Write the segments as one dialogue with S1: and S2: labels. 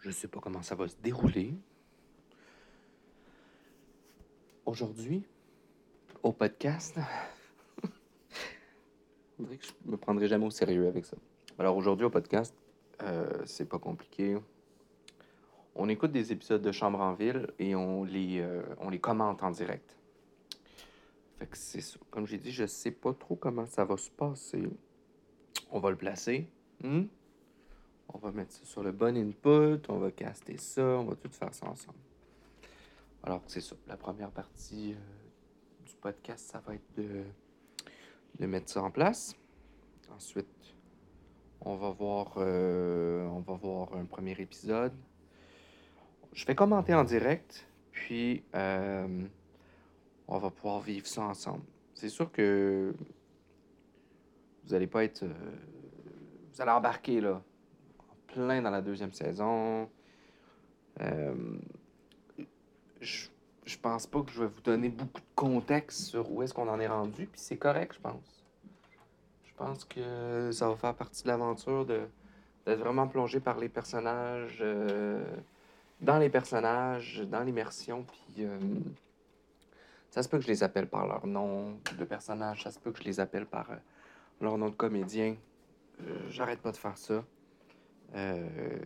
S1: Je sais pas comment ça va se dérouler. Aujourd'hui, au podcast, on dirait que je me prendrai jamais au sérieux avec ça. Alors aujourd'hui au podcast, euh, c'est pas compliqué. On écoute des épisodes de Chambre en ville et on les, euh, on les commente en direct. Fait que c'est ça. Comme j'ai dit, je sais pas trop comment ça va se passer. On va le placer. hmm? On va mettre ça sur le bon input, on va caster ça, on va tout faire ça ensemble. Alors c'est ça. La première partie euh, du podcast, ça va être de, de mettre ça en place. Ensuite, on va voir, euh, on va voir un premier épisode. Je vais commenter en direct, puis euh, on va pouvoir vivre ça ensemble. C'est sûr que vous allez pas être, euh, vous allez embarquer là, en plein dans la deuxième saison. Euh, je je pense pas que je vais vous donner beaucoup de contexte sur où est-ce qu'on en est rendu, puis c'est correct, je pense. Je pense que ça va faire partie de l'aventure de d'être vraiment plongé par les personnages, euh, dans les personnages, dans l'immersion, puis euh, ça se peut que je les appelle par leur nom de personnage, ça se peut que je les appelle par euh, leur nom de comédien. Euh, J'arrête pas de faire ça. Euh,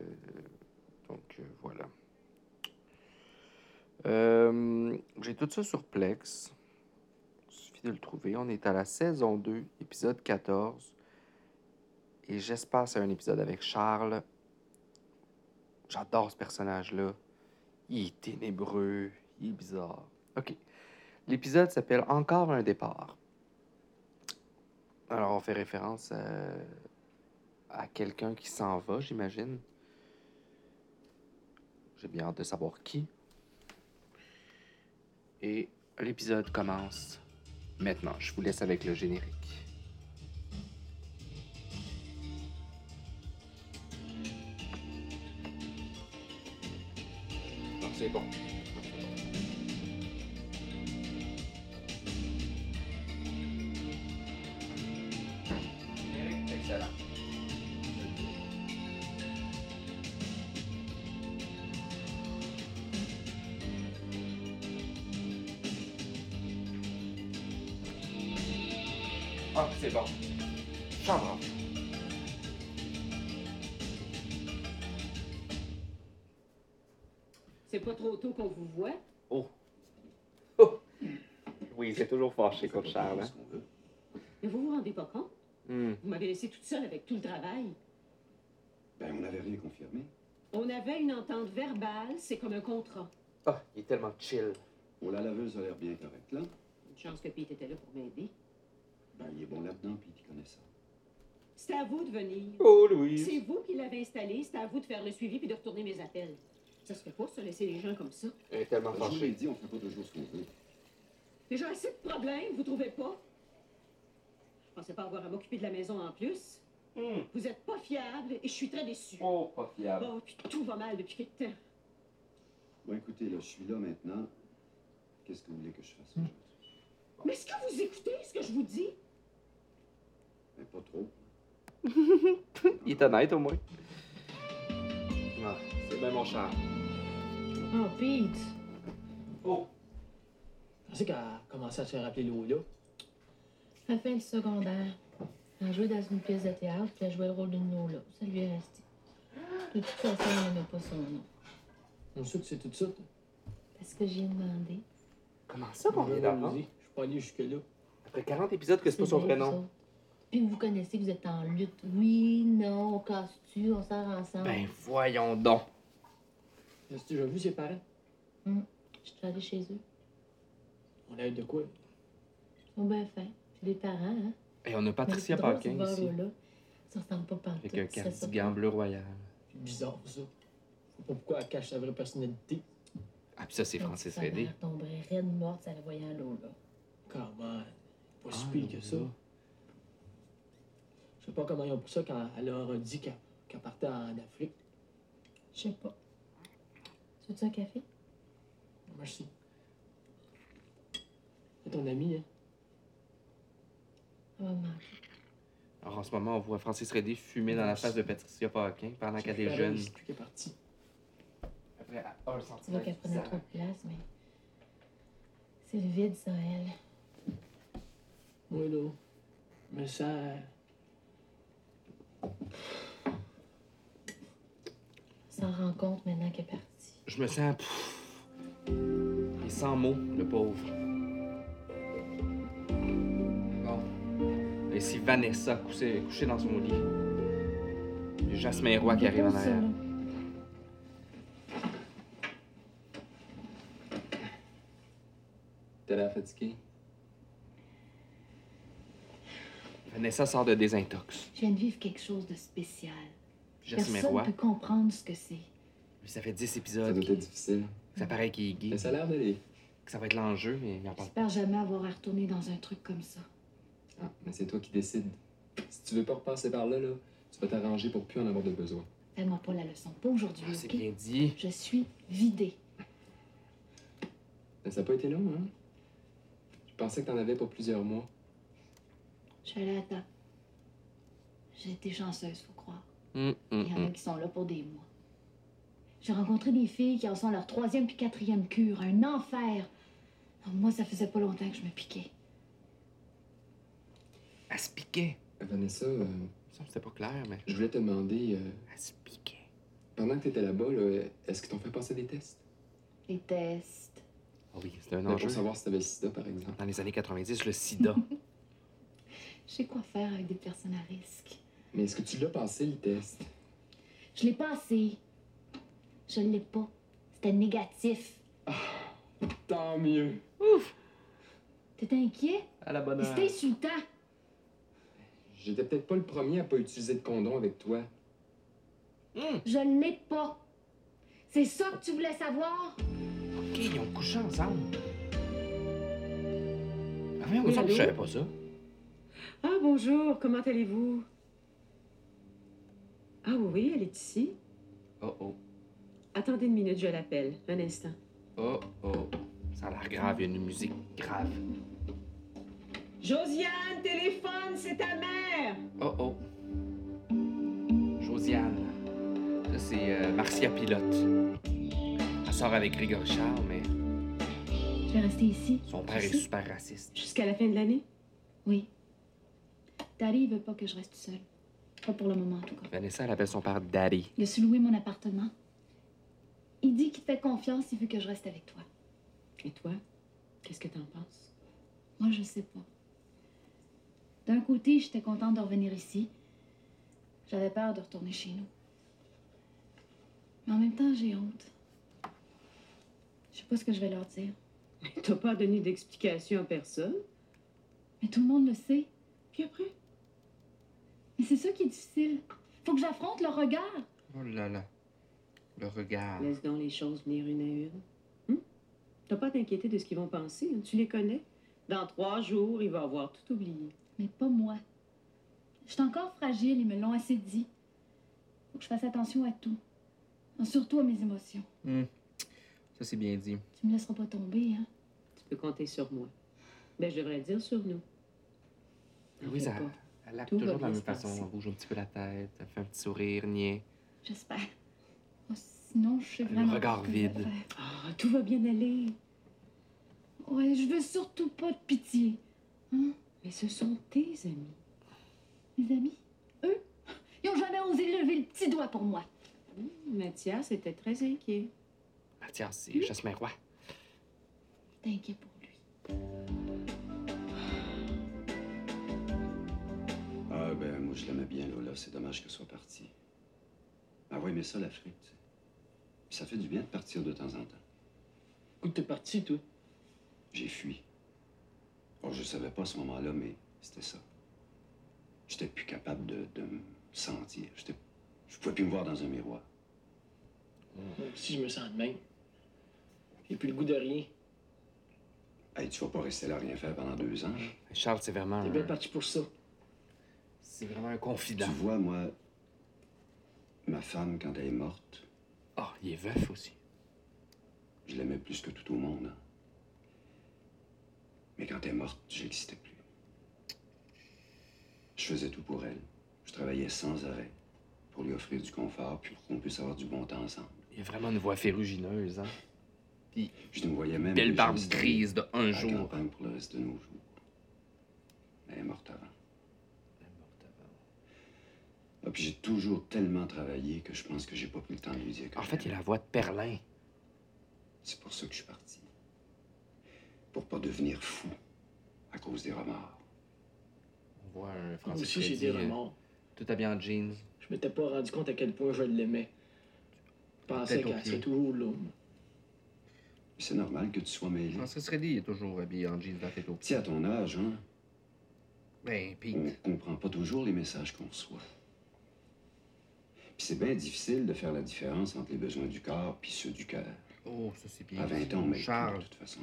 S1: donc euh, voilà. Euh, j'ai tout ça sur Plex. Il suffit de le trouver. On est à la saison 2, épisode 14. Et j'espère c'est un épisode avec Charles. J'adore ce personnage-là. Il est ténébreux, il est bizarre. OK. L'épisode s'appelle Encore un départ. Alors, on fait référence à, à quelqu'un qui s'en va, j'imagine. J'ai bien hâte de savoir qui. Et l'épisode commence maintenant. Je vous laisse avec le générique. C'est bon. Excellent. Ah, c'est bon. Chambre.
S2: C'est pas trop tôt qu'on vous voit.
S1: Oh. Oh. Oui, c'est toujours fâché contre Charles. hein.
S2: Mais vous vous rendez pas compte?
S1: Hmm.
S2: Vous m'avez laissé toute seule avec tout le travail.
S3: Ben, on n'avait rien confirmé.
S2: On avait une entente verbale, c'est comme un contrat.
S1: Ah, il est tellement chill.
S3: Oh, la laveuse a l'air bien correcte, là.
S2: Une chance que Pete était là pour m'aider.
S3: Ben, il est bon là-dedans, puis il connaît ça.
S2: C'est à vous de venir.
S1: Oh,
S2: C'est
S1: Louise.
S2: vous qui l'avez installé, c'est à vous de faire le suivi puis de retourner mes appels. Ça se fait pas, ça, laisser les gens comme ça.
S1: Elle est tellement
S3: Ben, je vous l'ai
S1: fâchée.
S3: dit, on fait pas toujours ce qu'on veut.
S2: Déjà assez de problèmes, vous trouvez pas? Je pensais pas avoir à m'occuper de la maison en plus.
S1: Hmm.
S2: Vous êtes pas fiable et je suis très déçue.
S1: Oh, pas fiable.
S2: Bon, puis tout va mal depuis quelque temps.
S3: Bon, écoutez, là, je suis là maintenant. Qu'est-ce que vous voulez que je fasse aujourd'hui?
S2: Mais est-ce que vous écoutez ce que je vous dis?
S3: Ben, pas trop.
S1: Il est honnête au moins. Ah, c'est bien mon Charles.
S2: Oh, Pete!
S1: Oh!
S4: Je pensais qu'elle commençait à se rappeler Lola.
S5: À la fin du secondaire, elle a joué dans une pièce de théâtre, puis elle jouait le rôle d'une Lola. Ça lui est resté. De toute façon, elle n'a pas son nom.
S4: On sait que c'est tout de suite.
S5: Parce que j'ai demandé.
S1: Comment ça hein? qu'on vient d'apprendre?
S4: Je suis pas allé jusque-là.
S1: Après 40 épisodes que c'est pas son vrai
S5: vrai,
S1: nom.
S5: ça. Puis vous connaissez que vous êtes en lutte. Oui, non, on casse-tu, on sort
S2: Mm.
S5: ensemble.
S1: Ben voyons donc.
S4: J'ai déjà vu ses parents.
S5: Je travaille chez eux.
S4: On a eu de quoi?
S5: Ils sont bien fins. Puis les parents, hein.
S1: Et on a Patricia
S5: Mais c'est drôle,
S1: Paquin
S5: c'est voir
S1: ici.
S5: Lola. Ça ressemble pas partout.
S1: Avec euh, un
S5: C'est ça.
S1: cardigan bleu royal.
S4: C'est bizarre, ça. Je sais pas pourquoi elle cache sa vraie personnalité.
S1: Ah, puis ça, c'est
S5: Mais
S1: Francis
S5: sa mère
S1: Redé.
S5: tomberait raide morte si elle voyait Lola.
S4: Comment? Pas si
S1: Ah,
S4: pire que ça.
S1: Lola.
S4: Je sais pas comment ils ont pris ça quand elle leur a dit qu'elle qu'elle partait en Afrique.
S5: Je sais pas. Tu veux-tu un café?
S4: Merci. C'est ton ami, hein?
S5: Elle va me manquer.
S1: Alors en ce moment, on voit Francis Redé fumer dans la face de Patricia Paquin pendant
S4: C'est
S1: qu'elle est
S4: pareil,
S1: jeune.
S4: C'est lui qui est parti.
S1: près à 1
S2: Tu vois
S1: centimètre
S2: qu'elle
S1: du
S2: prenait
S1: visage.
S2: trop de place, mais. C'est le vide sans elle.
S6: Oui, là. Mais ça.
S2: S'en rend compte maintenant qu'elle est partie.
S1: Je me sens. pff, et sans mots, le pauvre. Bon. Et si Vanessa couchait, couchait dans son lit? Et Jasmin Roy qui arrive en
S2: Dépose ça,
S1: arrière.
S2: là.
S1: T'as l'air fatigué? Vanessa sort de désintox.
S2: Je viens de vivre quelque chose de spécial.
S1: Jasmin
S2: Personne
S1: Roy,
S2: ne peut comprendre ce que c'est.
S1: lui, ça fait 10
S3: Ça
S1: épisodes.
S3: doit être difficile.
S1: Ça paraît qu'il est gay,
S3: Mais ça a l'air d'aller.
S1: que ça va être l'enjeu, mais il en parle
S2: J'espère jamais avoir à retourner dans un truc comme ça.
S3: Ah, mais c'est toi qui décides. Si tu veux pas repasser par là, là, tu vas t'arranger pour plus en avoir de besoin.
S2: Fais-moi pas la leçon. Pas aujourd'hui,
S1: pas. Ah, C'est
S2: OK?
S1: bien dit.
S2: Je suis vidée.
S3: Mais ça n'a pas été long, hein? Je pensais que t'en avais pour plusieurs mois.
S2: Je suis allée à temps. J'ai été chanceuse, faut croire.
S1: Hum, hum,
S2: Il y en a
S1: hum.
S2: qui sont là pour des mois. J'ai rencontré des filles qui en sont à leur troisième puis quatrième cure. Un enfer. Alors, moi, ça faisait pas longtemps que je me piquais.
S1: Elle se piquait.
S3: Euh, Vanessa, euh,
S1: Il me semble que C'était pas clair, mais
S3: je voulais te demander, euh,
S1: elle se piquait.
S3: pendant que t'étais là-bas, là, est-ce qu'ils t'ont fait passer des tests?
S2: Les tests.
S1: Ah oui, c'était un
S3: Mais
S1: enjeu.
S3: pour savoir si t'avais le sida, par exemple.
S1: Dans les années 90, le sida.
S2: Je sais quoi faire avec des personnes à risque.
S3: Mais est-ce que tu l'as passé, le test?
S2: Je l'ai passé. Je l'ai pas. C'était négatif.
S3: Ah, Tant mieux!
S2: T'es inquiet?
S1: à la bonne
S2: C'était insultant.
S3: J'étais peut-être pas le premier à pas utiliser de condom avec toi.
S1: Hum,
S2: Je l'ai pas. C'est ça que tu voulais savoir?
S1: OK, ils ont couché ensemble. Ah oui, on
S4: Oui,
S1: semble que je savais
S4: allô?
S1: pas ça.
S4: Ah, bonjour, comment allez-vous? Ah oui, oui, elle est ici.
S1: Oh oh,
S4: Attendez une minute, je l'appelle. Un instant.
S1: oh oh. Ça a l'air grave, il y a une musique grave.
S4: Josiane, téléphone, c'est ta mère!
S1: Oh oh. Josiane. Ça, c'est euh, Marcia Pilote. Elle sort avec Grégory Charles, mais
S2: Je vais rester ici.
S1: son père est
S2: Ici?
S1: super raciste.
S4: Jusqu'à la fin de l'année?
S2: Oui. Daddy, il veut pas que je reste seule. Pas pour le moment, en tout cas.
S1: Vanessa, elle appelle son père Daddy.
S2: Il a su louer mon appartement. Il dit qu'il te fait confiance, il veut que je reste avec toi.
S4: Et toi? Qu'est-ce que t'en penses?
S2: Moi, je sais pas. D'un côté, j'étais contente de revenir ici. J'avais peur de retourner chez nous. Mais en même temps, j'ai honte. Je sais pas ce que je vais leur dire.
S4: T'as pas donné d'explication à personne?
S2: Mais tout le monde le sait.
S4: Puis après?
S2: Mais c'est ça qui est difficile. Faut que j'affronte leur regard.
S1: Oh là là. Le regard.
S4: Laisse donc les choses venir une à une. Hum? T'as pas à t'inquiéter de ce qu'ils vont penser, hein, tu les connais. Dans trois jours, il va avoir tout oublié.
S2: Mais pas moi. Je suis encore fragile, ils me l'ont assez dit. Faut que je fasse attention à tout. Surtout à mes émotions.
S1: Hmm. Ça, c'est bien dit.
S2: Tu me laisseras pas tomber, hein?
S4: Tu peux compter sur moi. Ben, je devrais dire sur nous.
S1: Ah
S4: T'en
S1: Oui,
S4: fais
S1: ça-
S4: pas.
S1: Elle lave
S4: Tout
S1: toujours
S4: va
S1: de la
S4: bien
S1: même
S4: se passer.
S1: façon. Elle bouge un petit peu la tête, elle fait un petit sourire, niais.
S2: J'espère. Oh, sinon, je sais
S1: Le
S2: vraiment. pas
S1: regard
S2: ce que je vais
S1: vide.
S2: faire.
S4: Ah, tout va bien aller.
S2: Ouais, je veux surtout pas de pitié. Hein?
S4: Mais ce sont tes amis.
S2: Mes amis, eux, ils ont jamais osé lever le petit doigt pour moi.
S4: Mathias était très inquiet.
S1: Mathias, c'est Jasmin Roy.
S2: T'inquiète pour lui.
S3: Ah, ben, moi, je l'aimais bien, Lola. C'est dommage qu'elle soit partie. Ah oui, mais ça, l'Afrique, tu sais. Puis ça fait du bien de partir de temps en temps.
S6: Écoute, t'es parti, toi.
S3: J'ai fui. Oh, je savais pas à ce moment-là, mais c'était ça. J'étais plus capable de, de me sentir. J'étais- Je pouvais plus me voir dans un miroir.
S6: Moi aussi, je me sens de même. J'ai plus le goût de rien.
S3: Hey, tu vas pas rester là à rien faire pendant deux ans. hein?
S1: Charles, c'est vraiment,
S6: T'es
S1: un...
S6: bien parti pour ça.
S1: c'est vraiment un
S3: Tu
S1: confident.
S3: vois, moi, ma femme, quand elle est morte,
S1: Oh, il est veuf aussi.
S3: je l'aimais plus que tout au monde. hein. Mais quand elle est morte, je n'existais plus. Je faisais tout pour elle. Je travaillais sans arrêt pour lui offrir du confort, puis pour qu'on puisse avoir du bon temps ensemble.
S1: Il Il y a vraiment une voix ferrugineuse, hein?
S3: Je ne voyais même
S1: Belle
S3: les
S1: barbe
S3: gestes
S1: grise de un
S3: à la
S1: jour.
S3: campagne pour le reste de nos jours. Elle est morte avant. Ah, puis j'ai toujours tellement travaillé que je pense que j'ai pas pris le temps de lui dire que
S1: En
S3: je
S1: fait,
S3: l'aime.
S1: il a la voix de Perlin.
S3: C'est pour ça que je suis parti. Pour pas devenir fou à cause des remords.
S1: On voit un
S4: Moi
S1: Francis
S4: aussi, j'ai
S1: Reddy,
S4: des
S1: euh,
S4: remords.
S1: tout habillé en jeans.
S4: Je m'étais pas rendu compte à quel point je l'aimais. Je pensais
S1: Tête aux
S4: qu'elle
S1: pieds.
S4: serait toujours l'homme.
S3: Mais C'est normal que tu sois mêlé.
S1: Francis Reddy est toujours habillé en jeans de la tête aux pieds.
S3: Tu sais, à ton âge, hein,
S1: Ben,
S3: on
S1: Pete.
S3: comprend pas toujours les messages qu'on reçoit. Puis c'est bien difficile de faire la différence entre les besoins du corps puis ceux du cœur.
S1: Oh, ça c'est Pete.
S3: À 20 ans, mais de
S1: Charles.
S3: toute façon.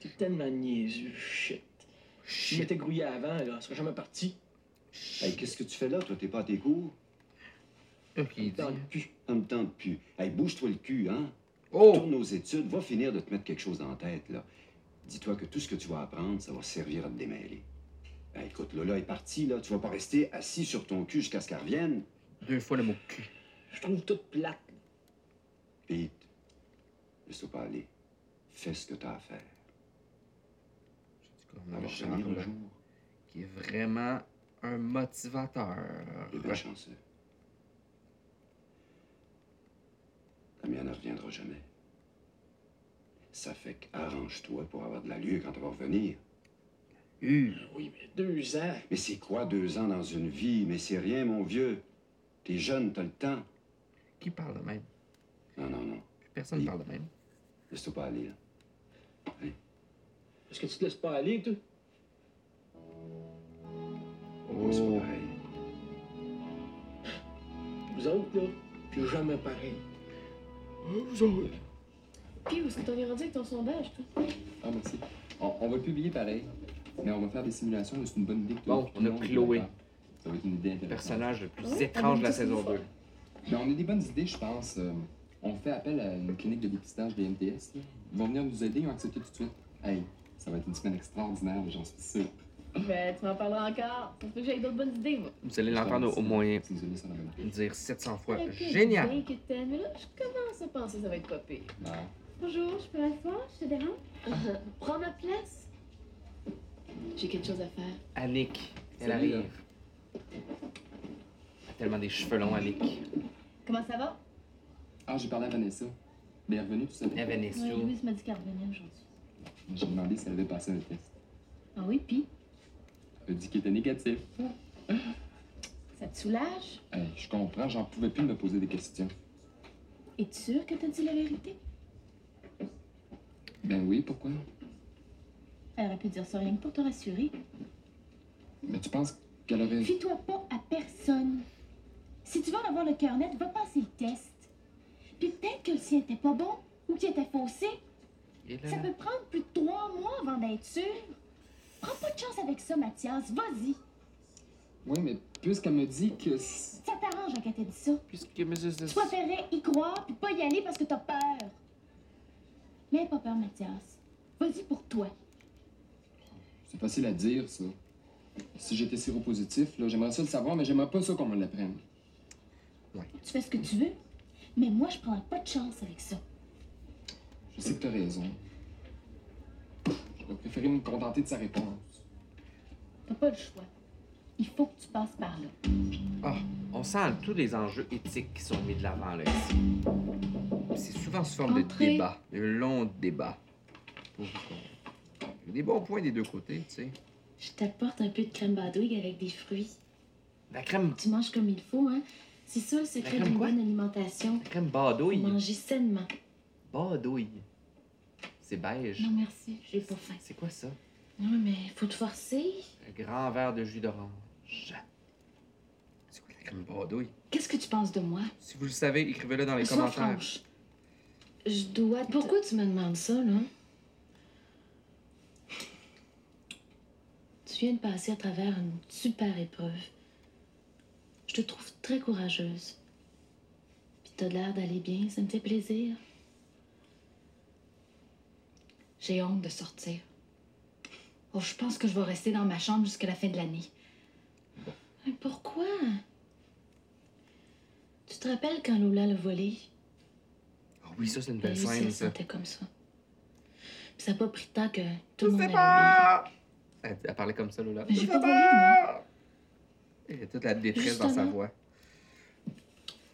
S4: T'es tellement niaiseux, shit. Je
S1: Shit.
S4: m'étais grouillé avant, là. Elle serait jamais partie.
S3: Hey, qu'est-ce que tu fais là? Toi, t'es pas à tes cours?
S1: Qu'est-ce qu'il dit?
S4: Dans le cul.
S3: En me tente plus. Hey, bouge-toi le cul, hein?
S1: Oh!
S3: Tourne aux études, va finir de te mettre quelque chose en tête, là. Dis-toi que tout ce que tu vas apprendre, ça va servir à te démêler. Ben, écoute, Lola est partie, là. Tu vas pas rester assis sur ton cul jusqu'à ce qu'elle revienne.
S1: Deux fois le mot cul.
S4: Je trouve toute plate.
S3: Pete, laisse-toi pas aller. Fais ce que t'as à faire.
S1: J'ai dit qu'on
S3: Ça
S1: avait
S3: va
S1: Charles,
S3: revenir un
S1: là,
S3: jour.
S1: Qui est vraiment un motivateur.
S3: T'es bien chanceux. La mienne ne reviendra jamais. Ça fait qu'arrange-toi pour avoir de l'allure quand elle va revenir.
S1: Euh,
S4: Ben Oui, mais deux ans.
S3: Mais c'est quoi deux ans dans une vie? Mais c'est rien, mon vieux. T'es jeune, t'as le temps.
S1: Qui parle de même?
S3: Non, non, non.
S1: Personne
S3: Il-
S1: parle de même.
S3: Laisse-toi pas aller, là.
S4: Est-ce que tu te laisses pas aller, toi?
S3: C'est pas
S1: Oh.
S3: pareil.
S4: Vous autres, là, c'est jamais pareil. Hein,
S1: Vous autres.
S2: Puis, où est-ce que t'en es rendu avec ton sondage, toi?
S7: Ah, merci. On, on va le publier pareil, mais on va faire des simulations, c'est une bonne idée que tu
S1: Bon, on a pris Chloé.
S7: Ça va être une idée intéressante.
S1: Personnage le plus
S2: Ouais,
S1: étrange de la
S2: t'as dit
S1: saison
S2: ça.
S1: 2.
S7: Mais on a des bonnes idées, je pense. Euh, on fait appel à une clinique de dépistage des MTS. là. Ils vont venir nous aider, ils ont accepté tout de suite. Hey, ça va être une semaine extraordinaire, j'en suis sûr.
S2: Ben, tu m'en parleras encore. Ça se peut que j'ai d'autres bonnes idées, moi.
S1: Vous allez l'entendre au moins
S7: Si nous avez ça dans la main.
S1: dire 700 fois.
S2: Ok,
S1: Génial!
S2: bien que t'aimes, mais là, je commence à penser que ça va être pas pire.
S7: Ah.
S2: Bonjour, je peux m'asseoir? Je te dérange? Prends ma place. J'ai quelque chose à faire.
S1: Annick, elle
S7: Salut, là.
S1: arrive. Elle a tellement des cheveux longs, Annick.
S2: Comment ça va?
S7: Ah, j'ai parlé à Vanessa. Mais elle est revenue, tout ça.
S1: La Vanessa.
S2: Ouais, Louise m'a dit qu'elle revenait aujourd'hui.
S7: J'ai demandé si elle avait passé un test.
S2: Ah oui, puis?
S7: Elle a dit qu'il était négatif.
S2: Ça te soulage?
S7: Hey, je comprends, j'en pouvais plus de me poser des questions.
S2: Es-tu sûre que t'as dit la vérité?
S7: Ben oui, pourquoi?
S2: Elle aurait pu dire ça rien que pour te rassurer.
S7: Mais tu penses qu'elle aurait...
S2: Fie-toi pas à personne. Si tu veux en avoir le cœur net, va passer le test. Puis peut-être que le sien était pas bon ou qu'il était faussé.
S1: Et là,
S2: Ça peut prendre plus de trois mois avant d'être sûr. Prends pas de chance avec ça, Mathias. Vas-y.
S7: Oui, mais puisqu'elle me dit que... c'est-
S2: Ça t'arrange hein, qu'elle t'ait dit ça.
S1: Puisque Mrs.
S2: Tu préférais y croire puis pas y aller parce que t'as peur. Mais pas peur, Mathias. Vas-y pour toi.
S7: C'est facile à dire, ça. Si j'étais séropositif, là, j'aimerais ça le savoir, mais j'aimerais pas ça qu'on me l'apprenne.
S2: Tu fais ce que tu veux. Mais moi, je prendrai pas de chance avec ça.
S7: Je sais que t'as raison. J'aurais préféré me contenter de sa réponse.
S2: T'as pas le choix. Il faut que tu passes par là.
S1: Ah, on sent tous les enjeux éthiques qui sont mis de l'avant là ici. C'est souvent sous forme
S2: Entrez.
S1: de débat, de long débat. Pour- Il y a des bons points des deux côtés, tu sais.
S2: Je t'apporte un peu de crème badouille avec des fruits.
S1: La crème,
S2: Tu manges comme il faut, hein? C'est ça le
S1: La
S2: secret
S1: crème
S2: d'une
S1: quoi?
S2: bonne alimentation.
S1: la crème badouille.
S2: Manger sainement.
S1: Badouille. C'est beige.
S2: Non, merci. J'ai pas faim.
S1: C'est quoi ça?
S2: Non, mais faut te forcer.
S1: Un grand verre de jus d'orange. C'est quoi la crème badouille?
S2: Qu'est-ce que tu penses de moi?
S1: Si vous le savez, écrivez-le dans les
S2: Sois
S1: commentaires.
S2: franche. Je dois. te-
S8: Pourquoi tu me demandes ça, là? Tu viens de passer à travers une super épreuve. Je te trouve très courageuse. Puis t'as l'air d'aller bien, ça me fait plaisir.
S2: J'ai honte de sortir. Oh, je pense que je vais rester dans ma chambre jusqu'à la fin de l'année.
S8: Mais pourquoi? Tu te rappelles quand Lola l'a volé?
S1: Ah oui, ça, c'est une
S9: Mais
S1: belle
S9: lui, se
S1: scène, Ben, ça.
S9: sentait comme ça. Puis ça n'a pas pris de temps que tout le monde allait
S1: Elle, elle parlait comme ça, Lola.
S9: bien. Mais j'ai pas volé, moi.
S1: Il y a toute la détresse dans sa
S9: Justement.
S1: voix.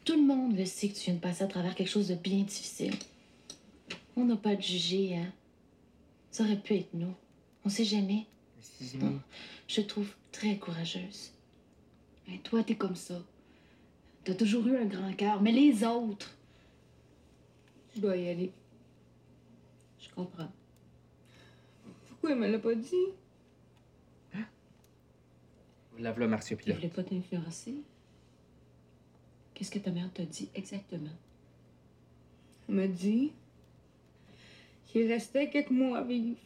S9: Tout le monde le sait que tu viens de passer à travers quelque chose de bien difficile. On n'a pas de juger, hein. Ça aurait pu être nous. On sait jamais.
S1: Excuse-moi.
S9: Je te trouve très courageuse.
S5: Ben, toi, t'es comme ça. T'as toujours eu un grand cœur, mais les autres.
S10: Je dois y aller.
S2: Je comprends.
S10: Pourquoi elle me l'a pas dit?
S1: Lave le
S2: Je
S1: marsupilat.
S2: voulais pas t'influencer. Qu'est-ce que ta mère t'a dit exactement?
S10: Elle m'a dit qu'il restait quelques mois à vivre.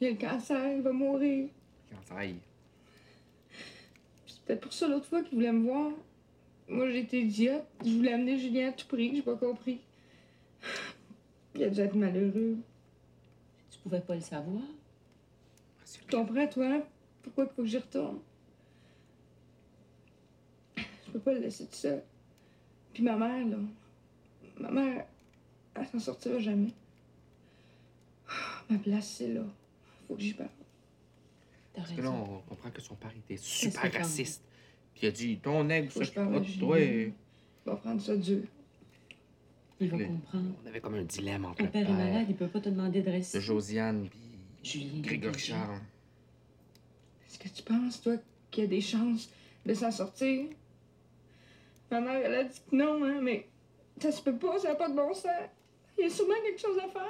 S10: Il a le cancer, il va mourir.
S1: Cancer.
S10: C'est peut-être pour ça l'autre fois qu'il voulait me voir. Moi, j'étais idiote. Je voulais amener Julien à tout prix, j'ai pas compris. Il a dû être malheureux.
S2: Tu pouvais pas le savoir?
S10: Tu comprends, toi? Pourquoi il faut que j'y retourne? Je peux pas le laisser tout seul. Puis ma mère, là. Ma mère, elle s'en sortira jamais. Ah, Ma place, c'est là. Faut que j'y parle.
S2: T'as
S1: Parce que là,
S2: raison.
S1: on comprend que son père était
S2: que
S1: super
S2: quand-
S1: raciste. Puis il a dit Ton nègre,
S10: Faut que je
S1: s'occupe
S10: parle
S1: pas
S10: à
S1: de toi.
S10: Julien. Il va prendre ça dur.
S2: Il va
S1: Mais-
S2: comprendre.
S1: On avait comme un dilemme entre
S2: Ton
S1: le
S2: père est malade,
S1: père
S2: il peut pas te demander de
S1: de
S2: rester.
S1: Josiane puis
S2: Julien.
S1: Grégory Charles.
S10: Est-ce que tu penses, toi, qu'il y a des chances de s'en sortir? Ma mère, elle a dit que non, hein, mais ça se peut pas, ça n'a pas de bon sens. Il y a sûrement quelque chose à faire.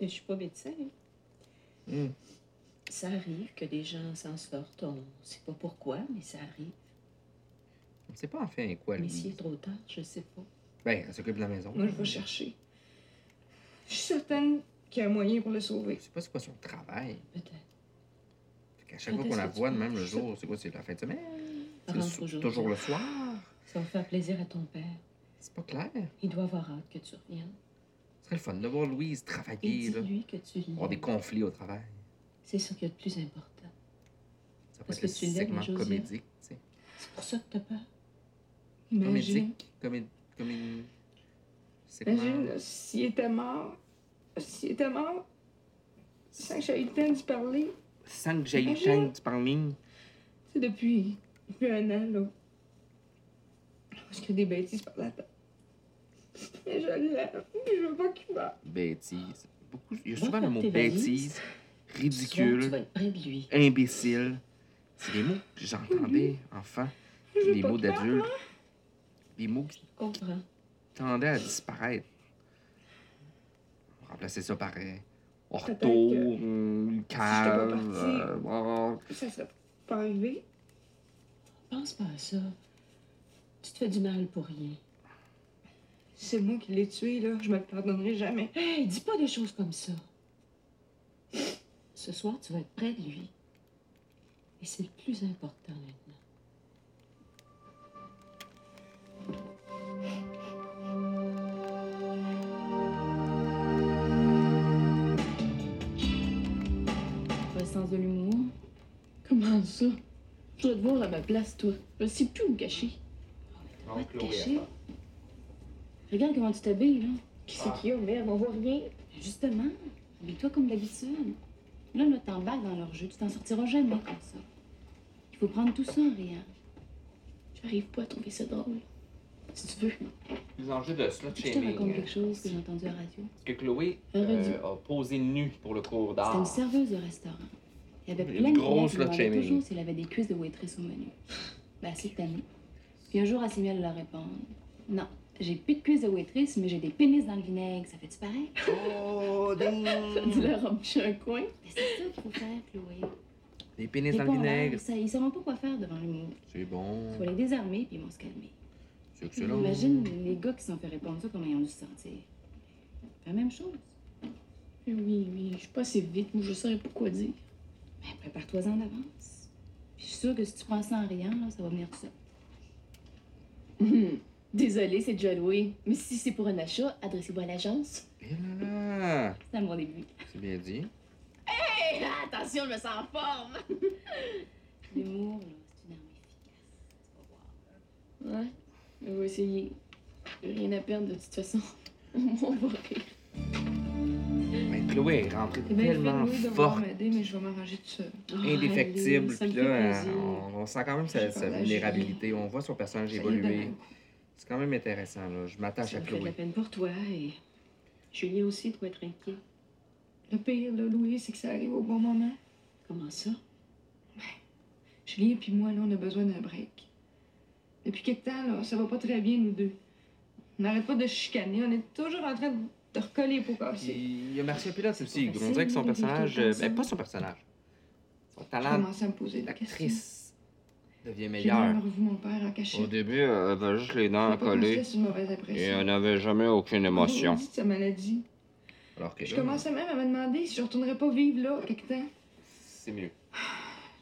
S2: Mais je suis pas médecin. hein.
S1: Hum.
S2: Ça arrive que des gens s'en sortent. On sait pas pourquoi, mais ça arrive.
S1: On sait pas enfin quoi,
S2: Mais s'il
S1: Ben, lui.
S2: est trop tard, je sais pas.
S1: Ben, elle s'occupe de la maison.
S10: Moi, je vais chercher. Je suis certaine qu'il y a un moyen pour le
S1: Je
S10: sauver.
S1: sais pas c'est quoi son travail.
S2: Peut-être.
S1: Fait qu'à chaque
S2: Quand
S1: fois qu'on
S2: est-ce
S1: la
S2: que tu
S1: voit, de
S2: peux-
S1: même le
S2: je sais
S1: jour, c'est quoi, c'est la fin de semaine?
S2: Elle
S1: C'est
S2: rentre
S1: sou-
S2: aujourd'hui.
S1: toujours le soir?
S2: Ça va faire plaisir à ton père.
S1: C'est pas clair.
S2: Il doit avoir hâte que tu reviennes.
S1: Ce serait le fun de voir Louise
S2: Et
S1: travailler, là.
S2: dis-lui que tu
S1: Avoir des
S2: l'aimes.
S1: conflits au travail.
S2: C'est ça qu'il y a de plus important.
S1: Ça pourrait
S2: Parce
S1: être
S2: que
S1: le
S2: tu l'aimes,
S1: segment
S2: Josiane.
S1: comédique, tu sais.
S2: C'est pour ça que t'as peur.
S10: Imagine.
S1: Comédique, comé- comé- segment-
S10: Imagine, là, s'il était mort. S'il était mort. Sans que j'aie eu le temps d'y parler.
S1: Sans que j'aille
S10: Imagine.
S1: changer par ligne.
S10: C'est depuis, depuis un an, là. Je crée des bêtises par la tête. Mais je l'aime, puis je veux pas qu'il meure.
S1: Bêtise. Beaucoup... Il y a
S2: Va
S1: souvent le
S2: faire
S1: mot
S2: tes valises.
S1: bêtise,
S2: Ce soir, tu
S1: ridicule,
S2: vas être près de lui.
S1: imbécile. C'est des mots que j'entendais
S2: Mhm.
S1: enfant,
S10: Je veux
S1: des
S10: pas
S1: mots
S10: qu'il meure.
S1: d'adulte, des mots qui
S2: Je comprends.
S1: tendaient à disparaître. On va remplacer ça par euh,
S10: Peut-être
S1: ortho,
S10: que
S1: hum,
S10: pas
S1: cave,
S10: partie-
S1: euh, oh,
S10: Ça serait pas arrivé.
S2: Pense pas à ça. Tu te fais du mal pour rien.
S10: C'est moi qui l'ai tué, là. Je me le pardonnerai jamais.
S2: Hey, dis pas des choses comme ça. Ce soir, tu vas être près de lui. Et c'est le plus important maintenant.
S5: Pas le sens de l'humour.
S9: Comment ça? Je dois te voir à ma place, toi. Je sais plus où me cacher.
S5: Pas te cacher. Regarde comment tu t'habilles, là.
S9: Qui c'est qui a, merde? On voit rien.
S5: Justement, habille-toi comme d'habitude. Là, là, t'emballes dans leur jeu. Tu t'en sortiras jamais comme ça. Il faut prendre tout ça en riant.
S9: J'arrive pas à trouver ça drôle. Si tu veux,
S1: Les enjeux de slut
S5: Je te
S9: hein.
S5: raconte
S1: shaming.
S5: quelque chose que j'ai entendu à la radio.
S1: Parce euh, que Chloé euh,
S5: Heureux
S1: a posé nue pour le cours
S5: C'était une
S1: d'art.
S5: serveuse de restaurant. Il y avait
S1: Ah. Une
S5: plein de
S1: grosse
S5: clients qui lui
S1: slut
S5: demandaient
S1: shaming.
S5: toujours s'il avait des cuisses de waitress au menu. Ben, c'est le tanné. Puis un jour, elle s'est mise à leur répondre. Non, j'ai plus de cuisses de waitress, mais j'ai des pénis dans le vinaigre. Ça fait-tu pareil?
S1: Oh,
S9: tu
S1: ding!
S9: leur rempiches un coin.
S5: Ben, c'est ça qu'il faut faire, Chloé.
S1: Des pénis
S5: T'es
S1: dans
S5: pas
S1: le
S5: en l'air,
S1: vinaigre.
S5: ça- ils sauront pas quoi faire devant l'humour.
S1: C'est bon.
S5: Tu vas les désarmer, puis ils vont se calmer.
S1: C'est excellent.
S5: Imagine les gars qui se sont fait répondre ça, comment ils ont dû se sentir. La même chose.
S9: Oui, oui, je suis pas assez vite, moi je saurais pas quoi dire.
S5: Ben, prépare-toi-en d'avance. Puis je suis sûre que si tu prends ça en riant, là, ça va venir tout seul.
S9: Hum, Désolée, c'est déjà loué. Mais si c'est pour un achat, adressez-vous à l'agence.
S1: Eh là là!
S5: C'est à mon début.
S1: C'est bien dit.
S9: Hé là, attention, je me sens en forme.
S5: L'humour, là, c'est une arme efficace. Tu vas voir.
S9: Ouais, on va essayer. Rien à perdre de toute façon. On va rire.
S1: Mais Chloé est rentrée
S10: C'est bien fait de
S1: tellement
S10: Louis de vouloir
S1: forte,
S10: m'aider, mais je vais m'arranger tout seul.
S1: indéfectible.
S2: Ça me
S1: Puis
S2: fait
S1: là,
S2: plaisir.
S1: elle- on, on sent quand même sa,
S10: Je suis
S1: sa
S10: pas lâche.
S1: vulnérabilité. On voit son personnage
S10: Ça y est,
S1: évoluer.
S10: demain.
S1: C'est quand même intéressant. Là. Je m'attache
S2: Ça
S1: à
S2: me fait de la
S1: Chloé.
S2: peine pour toi et Julien aussi doit être inquiet.
S10: Le pire, là, Louis, c'est que ça arrive au bon moment.
S2: Comment ça?
S10: Julien puis moi, là, on a besoin d'un break. Depuis quelque temps, là, ça va pas très bien, nous deux. On n'arrête pas de chicaner, on est toujours en train de recoller pour casser.
S1: Il y a Marcia Pilote aussi.
S9: Facile,
S1: On dirait que son
S9: de vivre
S1: personnage.
S9: comme
S1: euh,
S9: ça.
S1: Ben, pas son personnage. Son
S10: Je
S1: talent
S10: commence à me poser des questions.
S1: d'actrice devient
S10: J'ai même
S1: meilleur.
S10: revu mon père en cachette.
S1: Au début, elle avait juste les
S10: Je
S1: dents
S10: veux pas qu'on se
S1: collées
S10: laisse une mauvaise
S1: et
S10: impression.
S1: elle n'avait jamais aucune émotion.
S10: On dit de sa maladie.
S1: Alors que
S10: Je
S1: là,
S10: commençais même à me demander si je retournerais pas vivre là quelque temps.
S1: c'est mieux.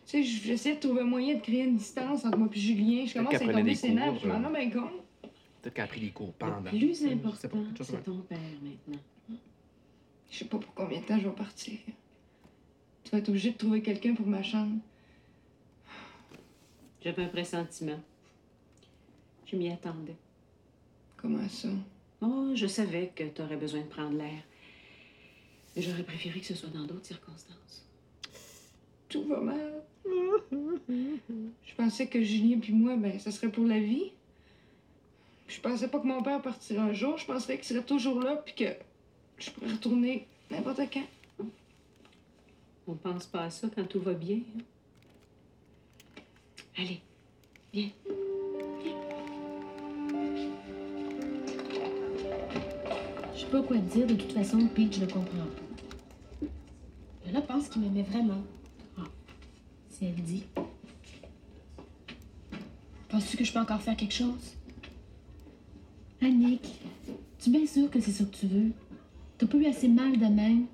S10: Tu sais, j'essaie de trouver un moyen de créer une distance entre moi et Julien.
S1: Peut-être
S10: Je commence à
S1: qu'elle prenait
S10: tomber
S1: des
S10: ses nerfs,
S1: cours,
S10: je m'en
S1: euh,
S10: rends bien compte.
S1: Peut-être qu'elle a pris les cours
S2: Le
S1: pendant.
S2: plus
S1: C'est pas
S2: important,
S1: quelque chose comme-
S2: c'est ton père maintenant.
S10: Je sais pas pour combien de temps je vais partir. Tu vas être obligé de trouver quelqu'un pour ma chambre.
S2: J'avais un pressentiment. Je m'y attendais.
S10: Comment ça?
S2: Oh, je savais que tu aurais besoin de prendre l'air. Mais j'aurais préféré que ce soit dans d'autres circonstances.
S10: Tout va mal. je pensais que Julien puis moi, ben, ça serait pour la vie. Je pensais pas que mon père partirait un jour. Je pensais qu'il serait toujours là puis que je pourrais retourner n'importe quand.
S2: On pense pas à ça quand tout va bien. hein. Allez,
S9: Je sais pas quoi te dire, de toute façon, Pete, je le comprends pas. Lola pense qu'il m'aimait vraiment. Ah, si elle dit. Penses-tu que je peux encore faire quelque chose? Annick, tu es bien sûre que c'est ça que tu veux? T'as pas eu assez mal de même?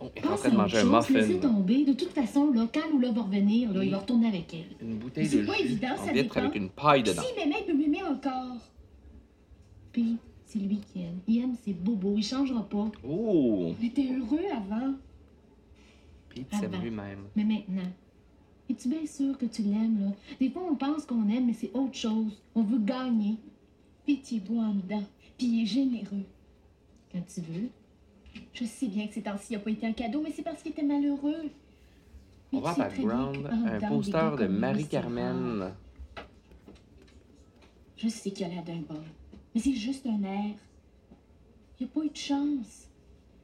S1: Oh, elle est en
S9: Pense
S1: train
S9: à
S1: de
S9: autre
S1: manger un
S9: chose, laissez
S1: muffin.
S9: tomber. De toute façon, là, quand Lola va revenir, là, il va retourner avec elle.
S1: Une bouteille
S9: C'est
S1: de
S9: pas
S1: jus
S9: évident,
S1: en
S9: ça
S1: vitre
S9: dépend.
S1: avec une paille dedans.
S9: S'il m'aimait, il peut m'aimer encore. Puis, c'est lui qui aime. Il aime ses bobos, il changera pas.
S1: Oh!
S9: On était heureux avant,
S1: Pete
S9: Ah
S1: s'aime
S9: ben.
S1: lui-même.
S9: mais maintenant. Es-tu bien sûr que tu l'aimes, là? Des fois, on pense qu'on aime, mais c'est autre chose. On veut gagner. Puis, tu es beau en dedans. Puis, il est généreux. Quand tu veux.
S5: Je sais bien que ces temps-ci, il n'a pas été un cadeau, mais c'est parce qu'il était malheureux.
S1: On
S5: Mais
S1: va à
S5: tu sais très bien
S1: Background,
S5: qu'en dedans,
S1: un
S5: des gars
S1: poster de
S5: comme lui, c'est rare.
S1: Marie-Carmen.
S5: Je sais qu'il a l'air d'un bon, mais c'est juste un air. Il n'a pas eu de chance.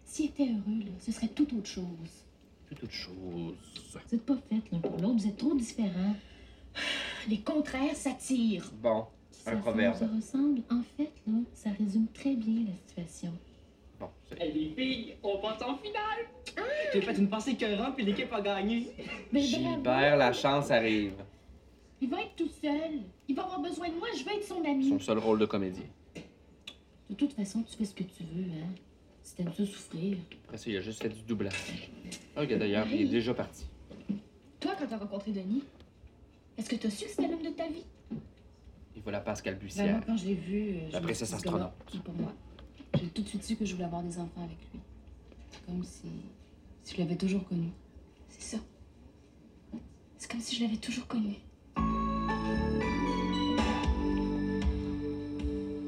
S5: S'il était heureux, là, ce serait tout autre chose.
S1: Toute autre chose.
S5: Vous n'êtes pas faites l'un pour l'autre, vous êtes trop différents. Les contraires s'attirent.
S1: Bon,
S5: Ça
S1: proverbe.
S5: se ressemble. En fait, là, ça résume très bien la situation.
S1: bon. c'est-
S11: Hey, Eh, les filles, on passe en finale!
S4: Ah!
S11: J'ai fait une passée écœurante, puis l'équipe a gagné.
S5: Mais
S1: Gilbert, la chance arrive.
S5: Il va être tout seul. Il va avoir besoin de moi, je vais être son ami.
S1: Son seul rôle de comédien.
S9: De toute façon, tu fais ce que tu veux, hein? Si t'aimes ça souffrir.
S1: Après ça, il a juste fait du doublage. Ah, regarde d'ailleurs, il est déjà parti.
S5: Toi, quand t'as rencontré Denis, est-ce que t'as su que c'était l'homme de ta vie?
S1: Il voit la Pascal
S9: Ben, moi,
S1: Bussière.
S9: quand je l'ai vu, euh, je
S1: La
S9: me suis
S1: princesse
S9: dit, ce gars-là,
S1: astronaute.
S9: il est pour moi. J'ai tout de suite su que je voulais avoir des enfants avec lui. C'est comme si, si je l'avais toujours connu.
S5: C'est ça. C'est comme si je l'avais toujours connu.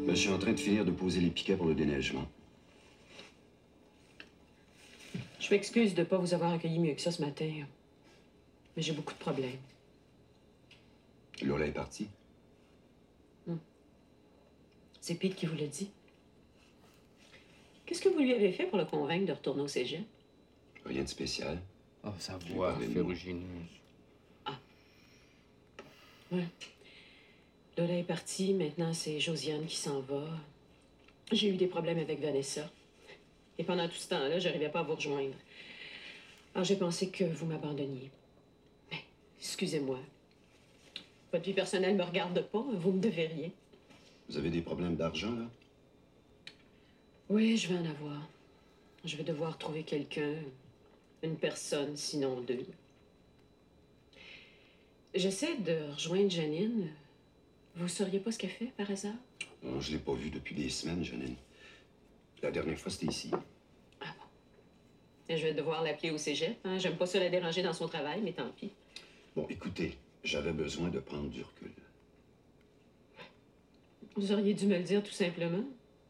S3: Ben, je suis en train de finir de poser les piquets pour le déneigement.
S2: je m'excuse de ne pas vous avoir accueilli mieux que ça ce matin. Mais j'ai beaucoup de problèmes.
S3: Lola est partie.
S2: C'est Pete qui vous l'a dit. Qu'est-ce que vous lui avez fait pour le convaincre de retourner au cégep?
S3: Rien de spécial.
S1: Oh, sa voix
S3: J'ai pas aimé.
S1: ferrugineuse.
S2: Lola est partie, maintenant c'est Josiane qui s'en va. J'ai eu des problèmes avec Vanessa. Et pendant tout ce temps-là, j'arrivais pas à vous rejoindre. Alors j'ai pensé que vous m'abandonniez. Mais, excusez-moi. Votre vie personnelle me regarde pas, vous me devez rien.
S3: Vous avez des problèmes d'argent, là?
S2: Oui, je vais en avoir. Je vais devoir trouver quelqu'un, une personne, sinon deux. J'essaie de rejoindre Janine. Vous sauriez pas ce qu'elle fait par hasard?
S3: Non, je l'ai pas vu depuis des semaines, Janine. La dernière fois, c'était ici.
S2: Je vais devoir l'appeler au cégep. Hein? J'aime pas ça la déranger dans son travail, mais tant pis.
S3: Bon, écoutez, j'avais besoin de prendre du recul.
S2: Vous auriez dû me le dire tout simplement.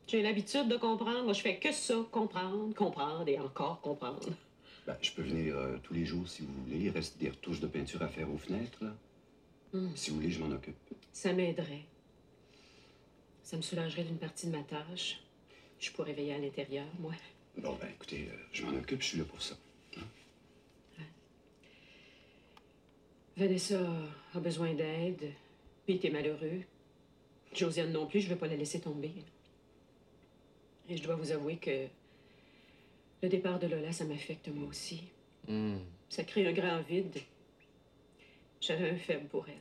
S2: J'ai l'habitude de comprendre. Moi, je fais que ça, comprendre, comprendre et encore comprendre.
S3: Ben, je peux venir euh, tous les jours si vous voulez. Il reste des retouches de peinture à faire aux fenêtres. là.
S2: Hmm.
S3: Si vous voulez, je m'en occupe.
S2: Ça m'aiderait. Ça me soulagerait d'une partie de ma tâche. Je pourrais veiller à l'intérieur, moi.
S3: Bon, ben écoutez, euh, je m'en occupe, je suis là pour ça.
S2: Vanessa a besoin d'aide. Pete est malheureux. Josiane non plus, je ne veux pas la laisser tomber. Et je dois vous avouer que le départ de Lola, ça m'affecte moi aussi.
S1: Hmm.
S2: Ça crée un grand vide. J'avais un faible pour elle.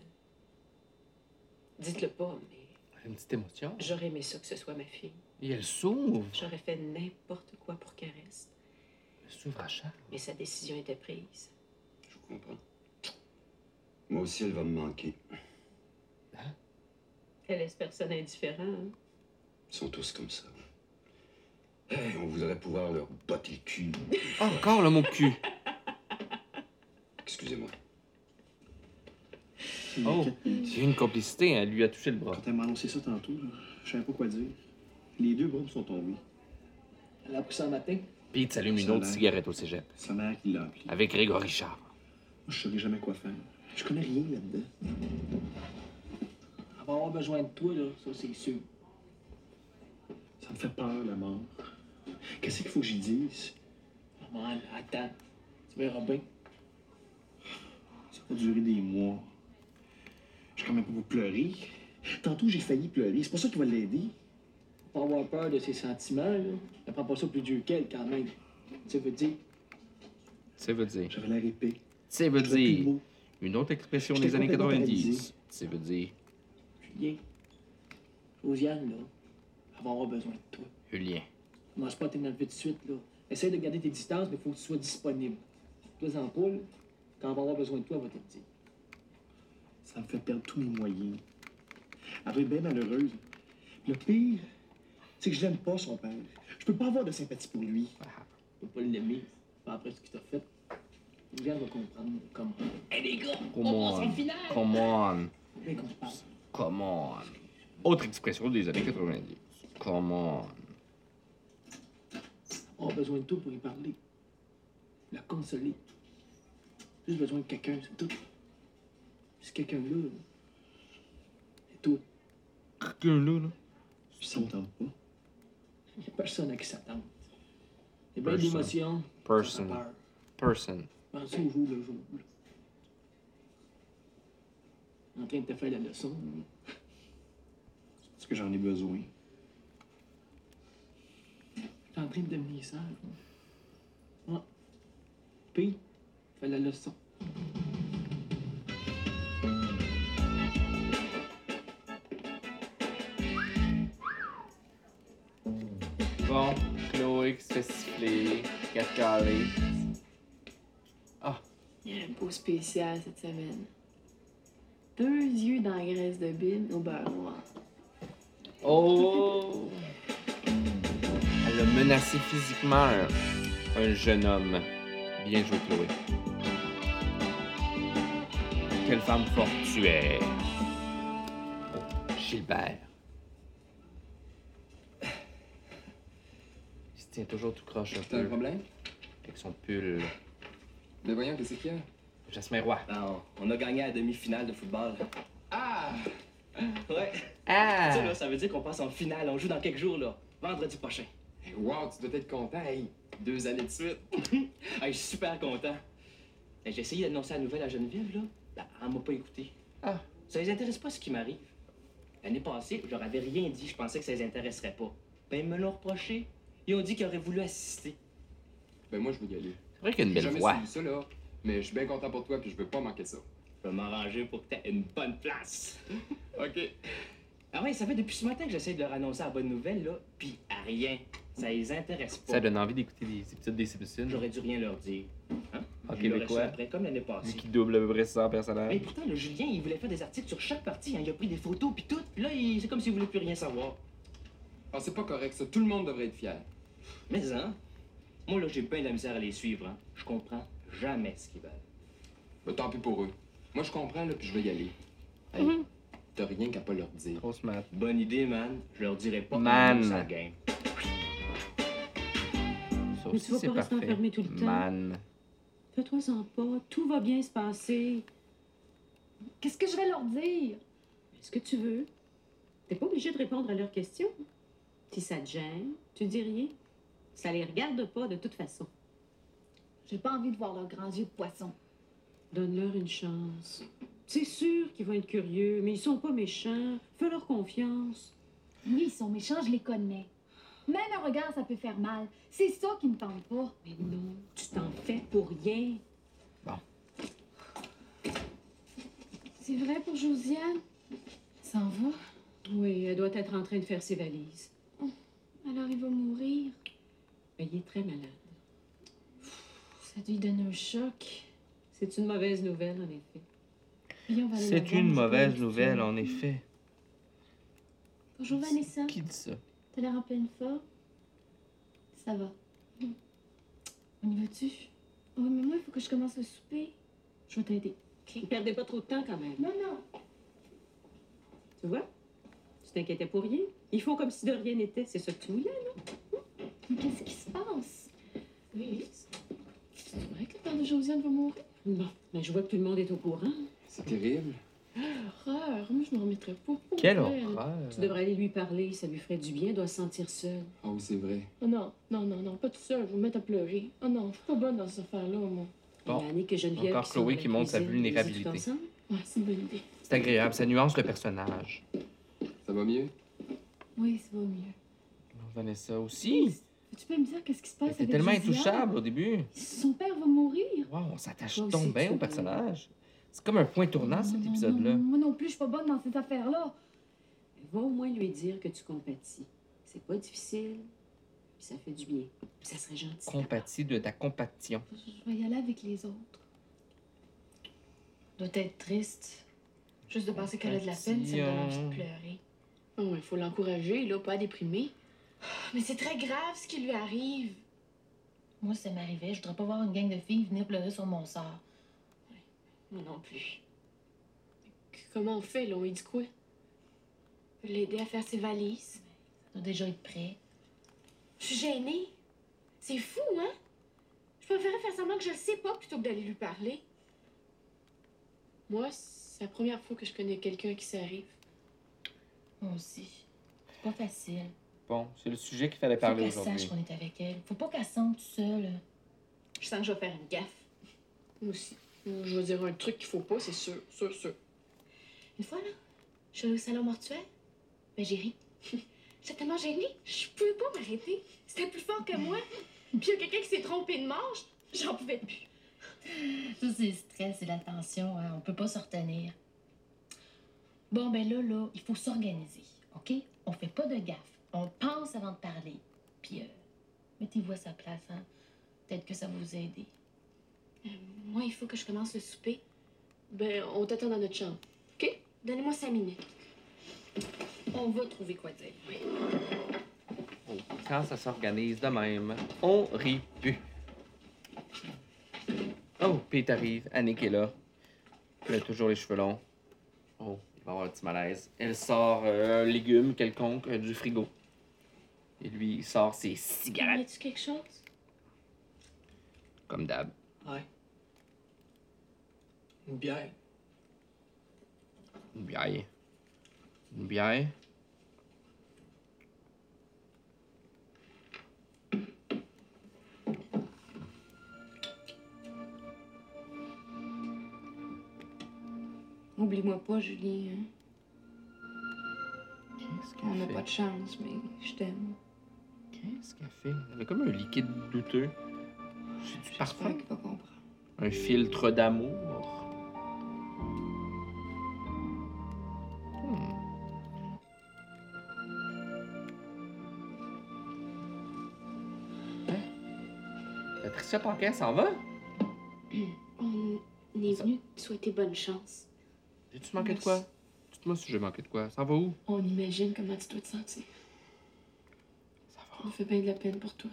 S2: Dites-le pas, mais
S1: Une petite émotion.
S2: j'aurais aimé ça que ce soit ma fille.
S1: Et elle s'ouvre.
S2: J'aurais fait n'importe quoi pour qu'elle reste.
S1: Elle s'ouvre à Charles.
S2: Mais sa décision était prise.
S3: Je vous comprends. Moi aussi, elle va me manquer.
S2: Elle laisse personne indifférent. hein.
S3: Ils sont tous comme ça. Hey, on voudrait pouvoir leur botter le cul.
S1: Encore le mot cul.
S3: Excusez-moi.
S1: Oh, j'ai eu une complicité, hein. elle lui a touché le bras.
S4: Quand elle m'a annoncé ça tantôt, là, je savais pas quoi dire. Les deux bombes sont tombées. Elle a pris ça un matin.
S1: Pete s'allume une autre cigarette au cégep.
S4: Sa mère qui l'a appelé. Moi,
S1: Avec Grégory Charles.
S4: je saurais jamais quoi faire. Je connais rien là-dedans. Elle va avoir besoin de toi, là, ça c'est sûr. Ça me fait peur, la mort. Qu'est-ce qu'il faut que j'y dise? Maman, attends. Tu verras bien. Ça va durer des mois. Je suis quand même pas pour pleurer. Tantôt, j'ai failli pleurer. C'est pas ça qui va l'aider. Faut Pas avoir peur de ses sentiments, là. Ne prends pas ça plus dur qu'elle, quand même. Tu veux dire,
S1: Ça veut dire.
S4: j'avais la répée.
S1: Ça veut
S4: J'avais plus de
S1: dire.
S4: mots.
S1: Une autre expression
S4: J'étais
S1: des années
S4: complètement
S1: 90.
S4: paralysé.
S1: Ça veut dire.
S4: Julien, Josiane, là, elle va avoir besoin de toi.
S1: Julien.
S4: Commence pas à t'énerver tout de suite, là. Essaye de garder tes distances, mais faut que tu sois disponible. Toi, en poule, quand on va avoir besoin de toi, elle va te le dire. Ça me fait perdre tous mes moyens. Elle va être bien malheureuse. Le pire, c'est que je l'aime pas, son père. Je peux pas avoir de sympathie pour lui. Je peux pas l'aimer, pas après ce qu'il t'a fait. Le gars va comprendre comment.
S1: Come on. Come on.
S4: Dès qu'on se parle.
S1: Come on. Autre expression des années 90. Come on.
S4: On a besoin de toi pour y parler. La consoler. Juste besoin de quelqu'un, c'est tout. C'est quelqu'un-là, là, c'est tout.
S1: Quelqu'un là, là.
S4: Tu s'entends pas. Il a personne à qui s'attendre. C'est bien
S1: Personne.
S4: d'émotion.
S1: Person. Person.
S4: Pense au jour le jour. En train de te faire la leçon. Est-ce que j'en ai besoin? T'es en train de devenir sage. moi. Ouais. Puis, fais la leçon.
S1: Bon, Chloé qui se fait siffler. 4 carrés.
S5: Il y a un beau spécial cette semaine. Deux yeux dans la graisse de bine au beurre noir.
S1: Oh! Elle a menacé physiquement un, un jeune homme. Bien joué, Chloé. Quelle femme forte tu es. Gilbert. Il se tient toujours tout croche un
S12: T'as un
S1: peu
S12: problème?
S1: avec son pull.
S12: Mais voyons, qu'est-ce qu'il y a?
S1: Jasmin Roy.
S11: Non, Ah, on a gagné la demi-finale de football.
S12: Ah!
S11: Ouais.
S1: Ah!
S11: Ça, là, ça veut dire qu'on passe en finale. On joue dans quelques jours, là. Vendredi prochain.
S12: Hey, Eh, wow, tu dois être content, hey! Deux années de suite.
S11: Hey, je suis super content. Hey, J'ai essayé d'annoncer la nouvelle à Geneviève, là. Ben, elle m'a pas écouté.
S1: Ah.
S11: Ça les intéresse pas ce qui m'arrive. L'année passée, je leur avais rien dit. Je pensais que ça les intéresserait pas. Ben, ils me l'ont reproché. Ils ont dit qu'ils auraient voulu assister.
S12: Ben moi, je veux y aller.
S1: C'est vrai qu'il a une
S12: J'ai
S1: belle
S12: jamais
S1: voix.
S12: suivi ça, là. Mais je suis bien content pour toi, puis je veux pas manquer ça.
S11: Je vais m'arranger pour que t'aies une bonne place.
S12: OK.
S11: Ah ouais, ça fait depuis ce matin que j'essaie de leur annoncer la bonne nouvelle, là, pis à rien. Ça les intéresse pas.
S1: Ça donne envie d'écouter des épisodes des Simpsons.
S11: J'aurais dû rien leur dire. Hein?
S1: En Ah,
S11: Je l'aurais
S1: québécois.
S11: su après, comme l'année
S1: Vu
S11: passée.
S1: qu'il double à peu près 100 personnages.
S11: Mais pourtant, le Julien, il voulait faire des articles sur chaque partie. hein. Il a pris des photos, puis tout. Puis là, il- c'est comme s'il voulait plus rien savoir.
S12: Ah, c'est pas correct, ça. Tout le monde devrait être fier.
S11: Mais hein, moi, là, j'ai bien de la misère à les suivre. Hein. Je comprends jamais ce qu'ils veulent.
S1: Mhm.
S12: Ben tant pis pour eux. Moi, je comprends, là, puis je vais y aller.
S11: Hey,
S3: t'as rien qu'à pas leur dire.
S1: Grosse mat.
S4: Bonne idée, man. Je leur dirai pas.
S1: Man.
S4: Ça game.
S1: Ça
S2: Mais
S1: aussi,
S2: tu vas
S1: c'est
S2: pas rester
S1: parfait.
S2: enfermé tout le temps. Ah,
S1: Man.
S2: Fais-toi sans pas, tout va bien se passer.
S5: Qu'est-ce que je vais leur dire?
S2: Ce que tu veux. T'es pas obligé de répondre à leurs questions. Si ça te gêne, tu dis rien. Ça les regarde pas de toute façon.
S5: J'ai pas envie de voir leurs grands yeux de poisson.
S2: Donne-leur une chance. C'est sûr qu'ils vont être curieux, mais ils sont pas méchants. Fais-leur confiance.
S5: Oui, ils sont méchants, je les connais. Même un regard, ça peut faire mal. C'est ça qui me tente pas.
S2: Mais non, tu t'en fais pour rien.
S13: C'est vrai pour Josiane? S'en va?
S2: Oui, elle doit être en train de faire ses valises.
S13: Alors il va mourir.
S2: Mais il est très malade.
S13: Ça doit lui donner un choc.
S2: C'est une mauvaise nouvelle, en effet.
S13: Puis on va aller la
S1: C'est
S13: voir,
S1: une
S13: je
S1: mauvaise
S13: pense.
S1: nouvelle, en effet.
S13: Bonjour Vanessa.
S1: Qui dit ça?
S13: T'as l'air en pleine forme?
S5: Ça va.
S13: On y va-tu?
S5: Oui, mais moi, il faut que je commence le souper.
S13: Je vais t'aider.
S2: Ne perdez pas trop de temps quand même.
S5: Non, non.
S2: Tu vois? Tu t'inquiétais pour rien. Ils font comme si de rien n'était. C'est ça que tu voulais?
S5: Mais qu'est-ce qui se passe?
S2: Oui.
S5: C'est vrai que le père de Josiane va mourir?
S2: Bon, mais je vois que tout le monde est au courant.
S3: C'est terrible.
S5: Horreur. Moi, je me remettrais pas. Pour
S1: Quelle
S5: vrai.
S1: horreur.
S2: Tu devrais aller lui parler. Ça lui ferait du bien. Elle doit se sentir seule.
S3: Ah oui, c'est vrai.
S5: Oh non, non, non, non, pas tout seul, je vais me mettre à pleurer. Oh non, je suis pas bonne dans cette affaire-là, moi.
S1: Bon.
S2: Il y a Annick et Geneviève
S1: Encore Chloé
S2: sont
S1: qui
S2: dans la
S1: montre sa
S2: cuisine. Ils
S1: vulnérabilité.
S2: discutent ensemble.
S5: Ouais, Ah, c'est une bonne idée.
S1: C'est agréable, ça nuance le personnage.
S3: Ça va mieux?
S13: Oui, ça va mieux.
S1: Vanessa aussi.
S5: Tu peux me dire qu'est-ce qui se passe
S1: Elle était
S5: avec
S1: tellement
S5: Josiane?
S1: intouchable au début.
S5: Son père va mourir.
S1: Wow, on s'attache
S2: Toi aussi,
S1: donc bien
S2: tu
S1: au
S2: veux.
S1: personnage. C'est comme un point tournant,
S5: Non,
S1: cet
S5: non,
S1: épisode-là.
S5: non, Moi non plus, je suis pas bonne dans cette affaire-là.
S2: Va au moins lui dire que tu compatis. C'est pas difficile. Puis ça fait du bien. Puis ça serait gentil.
S1: Compatie de ta compassion.
S5: Je je vais y aller avec les autres.
S13: Doit être triste. Juste de penser qu'elle a de la peine, ça me donne envie de pleurer.
S5: Non, il faut l'encourager, là, pas déprimer.
S13: Mais c'est très grave ce qui lui arrive. Moi, si ça m'arrivait, je voudrais pas voir une gang de filles venir pleurer sur mon sort.
S2: Moi non plus.
S5: Comment on fait, là? On lui dit quoi?
S13: L'aider à faire ses valises. Ça doit déjà être prêt.
S5: Je suis gênée. C'est fou, hein? Je préférais faire semblant que je le sais pas plutôt que d'aller lui parler. Moi, c'est la première fois que je connais quelqu'un qui s'arrive.
S13: Moi aussi. C'est pas facile.
S1: Bon, c'est le sujet qu'il fallait
S13: Faut
S1: parler
S13: qu'elle sache
S1: aujourd'hui.
S13: qu'on est avec elle. Faut pas qu'elle sente tout seul.
S5: Je sens que je vais faire une gaffe.
S10: Moi aussi. Je veux dire un truc qu'il faut pas, c'est sûr, sûr, sûr.
S13: Une fois, là, je suis allée au salon mortuaire. Ben, j'ai ri.
S5: J'étais tellement gênée, je pouvais pas m'arrêter. C'était plus fort que moi. Puis il y a quelqu'un qui s'est trompé de manche. J'en pouvais plus.
S13: Ça, c'est le stress et la tension. hein. On peut pas se retenir. Bon, ben là, là, il faut s'organiser. OK? On fait pas de gaffe. On pense avant de parler. Puis, euh, mettez-vous à sa place, hein? Peut-être que ça va vous aider.
S5: Euh, Moi, il faut que je commence le souper. Ben, on t'attend dans notre chambre. OK? Donnez-moi cinq minutes. On va trouver quoi dire. Oui.
S1: Oh, Quand ça s'organise de même, on rit plus. Oh, Pete arrive, Annick est là. Elle a toujours les cheveux longs. Oh, il va avoir un petit malaise. Elle sort euh, un légume quelconque euh, du frigo. Et lui, il sort ses cigarettes,
S5: tu quelque chose?
S1: comme d'hab.
S4: Ouais. Une bière.
S1: Une bière. Une bière.
S10: Oublie-moi pas, Julie. hein.
S1: Qu'est-ce
S10: On n'a
S1: qu'elle
S10: pas
S1: fait?
S10: de chance, mais je t'aime.
S1: Qu'est-ce qu'elle fait? Elle a comme un liquide douteux. C'est du parfum.
S10: J'espère qu'il va comprendre.
S1: Un filtre d'amour. Hmm. Hein? Patricia Paquin s'en va?
S5: On est
S1: Ça-
S5: venu te souhaiter bonne chance.
S1: J'ai-tu manqué de quoi? Dites-moi si j'ai manqué de quoi. S'en va où?
S5: On imagine comment tu dois te sentir.
S1: Ça
S5: On fait bien de la peine pour toi.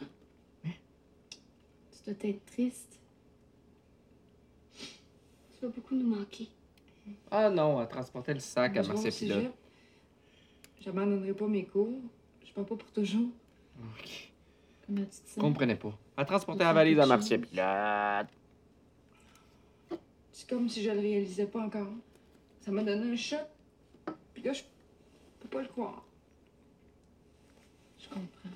S5: Tu dois être triste. Tu vas beaucoup nous manquer.
S1: Ah non, elle transportait le sac à
S10: Je vais au
S1: Marseille-Pilote.
S10: cégep. J'abandonnerai pas mes cours. Je pars pas pour toujours.
S5: Comment tu te sens?
S1: comprenais pas. Elle transportait la valise à marché pilote.
S10: C'est comme si je le réalisais pas encore. Ça m'a donné un choc. Puis là, je peux pas le croire.
S5: Je comprends.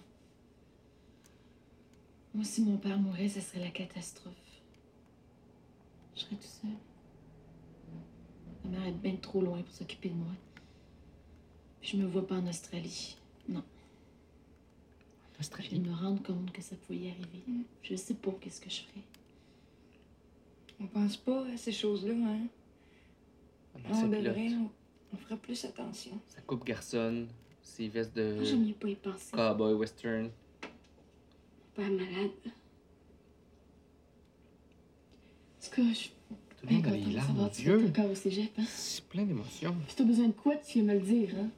S5: Moi, si mon père mourait, ça serait la catastrophe. Je serais tout seul. Ma mère est bien trop loin pour s'occuper de moi. Puis je me vois pas en Australie. Non. Je viens de me rendre compte que ça pouvait y arriver. Je sais pas qu'est-ce que je ferais.
S1: Euh,
S10: On pense pas à ces choses-là, hein?
S1: Ah,
S10: on devrait, on, on fera plus attention.
S1: Sa coupe garçonne, ses vestes de
S5: Moi, Ah, j'aime mieux pas y penser.
S1: cowboy western.
S5: Pas malade. En tout cas, je suis
S1: Tout le
S5: bien
S1: monde a les
S5: contente de
S1: larmes aux
S5: savoir que tu es
S1: yeux.
S5: encore au cégep. Hein?
S1: C'est plein d'émotions.
S5: Si t'as besoin de quoi, tu viens me le dire, hein?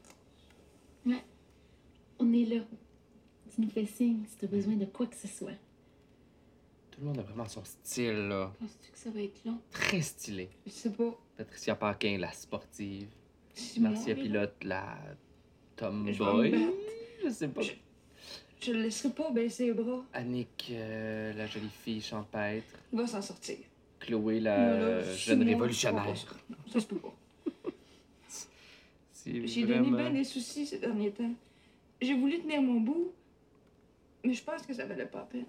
S5: Ouais. On est là. Tu nous fais signe si t'as besoin de quoi que ce soit.
S1: Tout le monde a vraiment son style, là.
S5: Penses-tu que ça va être long?
S1: Très stylé.
S10: Je sais pas.
S1: Patricia Paquin, la sportive.
S10: Si moi,
S1: Marcia
S10: mais-
S1: Pilote, la
S10: Je vais me
S1: tomboy.
S10: battre.
S1: Je sais pas.
S10: Je le laisserai pas baisser les bras.
S1: Annick, euh, la jolie fille champêtre.
S10: Il va s'en sortir.
S1: Chloé, la
S10: Moi, là,
S1: euh,
S10: si
S1: jeune
S10: moi,
S1: révolutionnaire.
S10: je crois pas Ça Ça se peut pas.
S1: C'est
S10: J'ai
S1: vraiment-
S10: donné bien des soucis ces derniers temps. J'ai voulu tenir mon bout, mais je pense que ça valait pas la peine.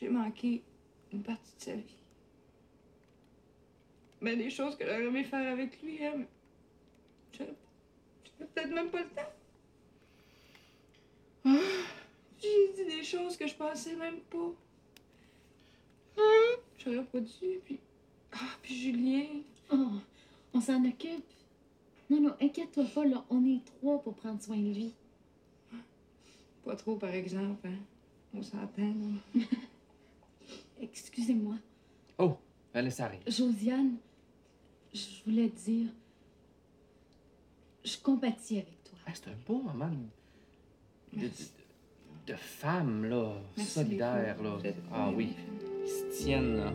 S10: J'ai manqué une partie de sa vie. Mais des choses que j'aurais aimé faire avec lui, hein, mais j'aurais- j'aurais peut-être même pas le temps. Ah, J'ai dit des choses que je pensais même pas. J'aurais pas dû, puis... Ah, puis Julien,
S5: Oh, on s'en occupe. Non, non, inquiète-toi pas, là. On est trois pour prendre soin de lui.
S10: Pas trop, par exemple, hein? On s'entend, là.
S5: Excusez-moi.
S1: Oh, Vanessa arrive.
S5: Josiane, je voulais te dire. Je compatis avec toi.
S1: Ah, c'est un beau moment de, de, de, de femme, là,
S10: Merci
S1: solidaire, là.
S10: beaucoup. Vous êtes
S1: Ah
S10: bien
S1: oui, ils se tiennent, là.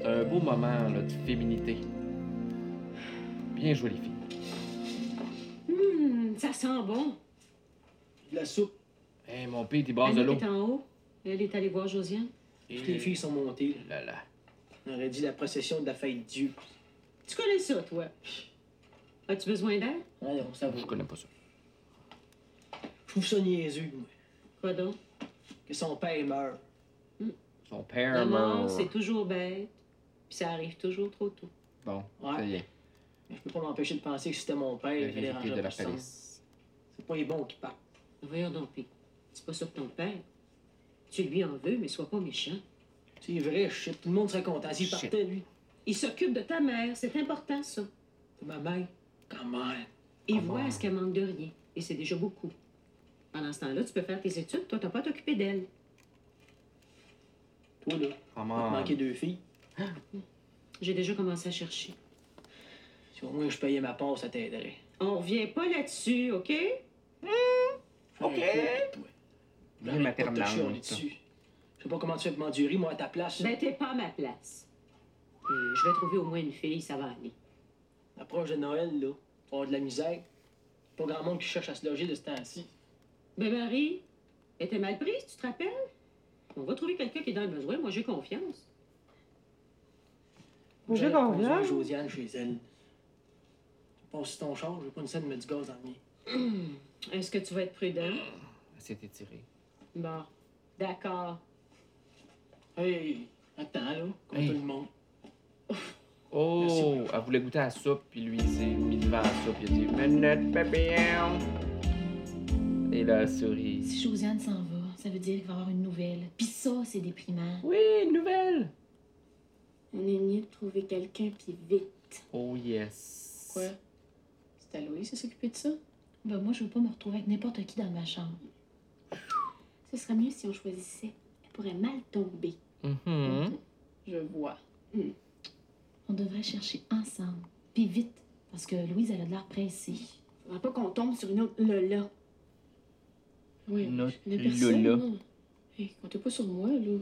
S1: C'est un beau moment, là, de féminité. Bien joué, les filles.
S2: Hum, ça sent bon.
S4: De la soupe.
S1: Hé, Eh, mon père, il base de l'eau.
S2: Annick est en haut. Elle est allée voir Josiane.
S4: Toutes les filles sont montées.
S1: Eh Là, là.
S4: On aurait dit la procession de la fête Dieu.
S2: Tu connais ça, toi? As-tu besoin d'aide?
S4: Ah non, ça va.
S1: Je connais pas ça.
S4: Je trouve ça niaiseux, moi.
S2: Quoi donc?
S4: Que son père meure.
S1: Son père,
S2: La
S1: meurt.
S2: mort, c'est toujours bête. Puis ça arrive toujours trop tôt.
S1: Bon,
S4: Ouais.
S1: ça y est.
S4: Mais je peux pas m'empêcher de penser que c'était mon père
S1: La
S4: qui dérangeait
S1: vérité de la
S4: personne.
S1: palisse.
S4: C'est pas les bons qui partent.
S2: Voyons donc, Pete. C'est pas ça que ton père. Tu lui en veux, mais sois pas méchant.
S4: C'est vrai, shit. Tout le monde serait content s'il
S1: Shit.
S4: partait, lui.
S2: Il s'occupe de ta mère, c'est important, ça.
S4: C'est ma mère. Comment?
S2: Il
S1: Comment?
S2: voit à ce qu'elle manque de rien, et c'est déjà beaucoup. Pendant ce temps-là, tu peux faire tes études, toi, t'as pas à t'occuper d'elle.
S4: Toi, là, on te
S1: Comment?
S4: manquer deux filles.
S2: J'ai déjà commencé à chercher.
S4: Si au moins je payais ma part, ça t'aiderait.
S2: On revient pas là-dessus, OK?
S4: Ok.
S1: Bien maternante.
S4: Je sais pas comment tu fais pour m'endurer, moi, à ta place. là.
S2: Ben, t'es pas à ma place. Euh, je vais trouver au moins une fille, ça va aller.
S4: Approche de Noël, là. Tu vas avoir de la misère. Pas grand monde qui cherche à se loger de ce temps-ci.
S2: Ben, Marie, elle était mal prise, tu te rappelles? On va trouver quelqu'un qui est dans le besoin, moi, j'ai confiance.
S4: Moi,
S14: J'ai
S4: j'allais conduire
S14: confiance.
S4: Josiane chez elle. Tu passes sur ton char, j'ai pas une scène de mettre du gaz dans le mien.
S2: Est-ce que tu vas être prudent?
S1: Elle s'est étirée.
S2: Bon, d'accord.
S4: Hey, attends, là, comme
S1: Hey.
S4: tout le monde.
S1: Oh, elle voulait goûter à la soupe, puis lui, il s'est mis devant la soupe. Il a dit Minute papillon. Et la souris.
S5: Si Josiane s'en va, ça veut dire qu'il va y avoir une nouvelle. Puis ça, c'est déprimant.
S1: Oui, une nouvelle!
S14: On est mieux de trouver quelqu'un puis vite.
S1: Oh yes.
S14: Quoi? C'est à Louise de s'occuper de ça?
S5: Ben, moi, je veux pas me retrouver avec n'importe qui dans ma chambre.
S14: Ce serait mieux si on choisissait. Elle pourrait mal tomber.
S1: Mhm.
S14: Je vois.
S5: Hmm. On devrait chercher ensemble. Puis vite, parce que Louise, elle a de l'air pressée.
S14: Faudrait pas qu'on tombe sur une autre Lola. Oui,
S1: Une autre
S14: je connais personne,
S1: Lola.
S15: Eh,
S14: non. Hey, comptez pas sur moi, là.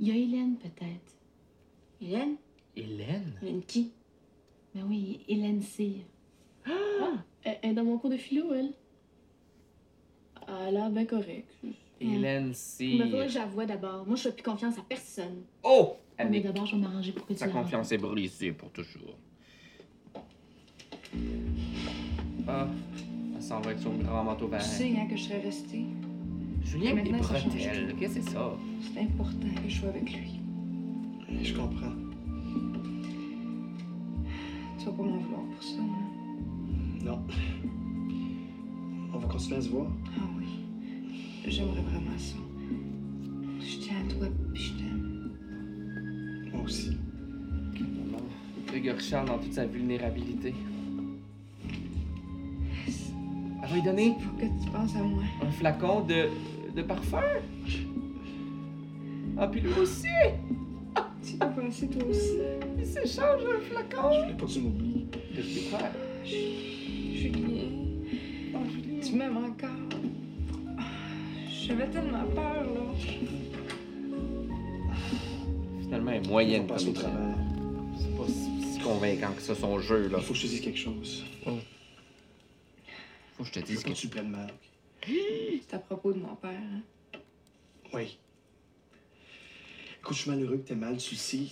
S16: Il y a Hélène, peut-être.
S15: Hélène?
S1: Hélène?
S15: Hélène qui?
S16: Ben oui, Hélène Cyr.
S15: Ah! Elle elle est dans mon cours de philo, elle. Ah, Elle a l'air bien correcte.
S1: Hélène,
S15: Il
S1: si.
S15: me Ben, faudrait que j'avoue d'abord. Moi, je fais plus confiance à personne.
S1: Oh!
S15: Mais
S1: Annick,
S15: d'abord, je vais m'arranger pour que tu
S1: sa
S15: la
S1: confiance est brisée pour toujours. Ah, elle s'en va avec son grand manteau vert.
S10: Tu sais hein, que je serais restée.
S1: Julien,
S10: Mais
S1: des
S10: maintenant, ça change
S1: bretelles.
S10: tout.
S1: Qu'est-ce que c'est ça?
S10: C'est important que je sois avec lui.
S4: Je comprends.
S10: Tu vas pas m'en vouloir pour ça. hein?
S4: Non. On va continuer à se voir.
S10: Ah oui. J'aimerais vraiment ça. Je tiens à toi, puis je t'aime.
S4: Moi aussi.
S1: Grégory Charles dans toute sa vulnérabilité. Elle va lui donner
S10: Faut que tu penses à moi.
S1: un flacon de, de parfum. Ah, puis lui aussi!
S10: Tu as pensé toi aussi.
S1: Il s'échange un flacon!
S4: Je voulais pas que tu m'oublies.
S1: Je crois.
S10: Julien. Tu m'aimes encore. Ah, J'avais tellement peur, là.
S1: Finalement, elle est moyenne
S4: On
S1: comme
S4: passe au
S1: étude.
S4: travers.
S1: C'est pas si, si convaincant que ça, son jeu, là.
S4: Il Ah, faut que je te dise quelque chose.
S1: Faut que je te
S4: Je veux
S1: dise
S4: pas
S1: que
S4: que tu prennes mal.
S10: C'est à propos de mon père. hein.
S4: Oui. Écoute, je suis malheureux que t'aies mal, tu le sais.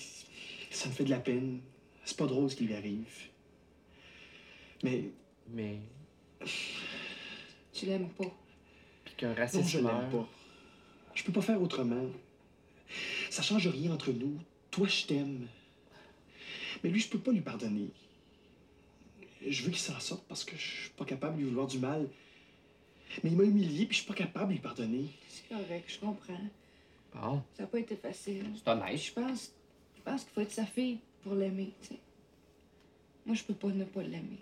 S4: Ça me fait de la peine. C'est pas drôle ce qui lui arrive. Mais
S1: Mais.
S10: Tu l'aimes pas.
S1: Puis qu'un
S4: non,
S1: raciste
S4: je l'aime
S1: meurt.
S4: pas. Je peux pas faire autrement. Ça change rien entre nous. Toi, je t'aime. Mais lui, je peux pas lui pardonner. Je veux qu'il s'en sorte parce que je suis pas capable de lui vouloir du mal. Mais il m'a humilié, puis je suis pas capable de lui pardonner.
S10: C'est correct, je comprends.
S1: Ah Bon,
S10: Ça n'a pas été facile.
S1: c'est honnête.
S10: Ben, Je pense, je pense qu'il faut être sa fille pour l'aimer, tu sais. Moi, je peux pas ne pas l'aimer.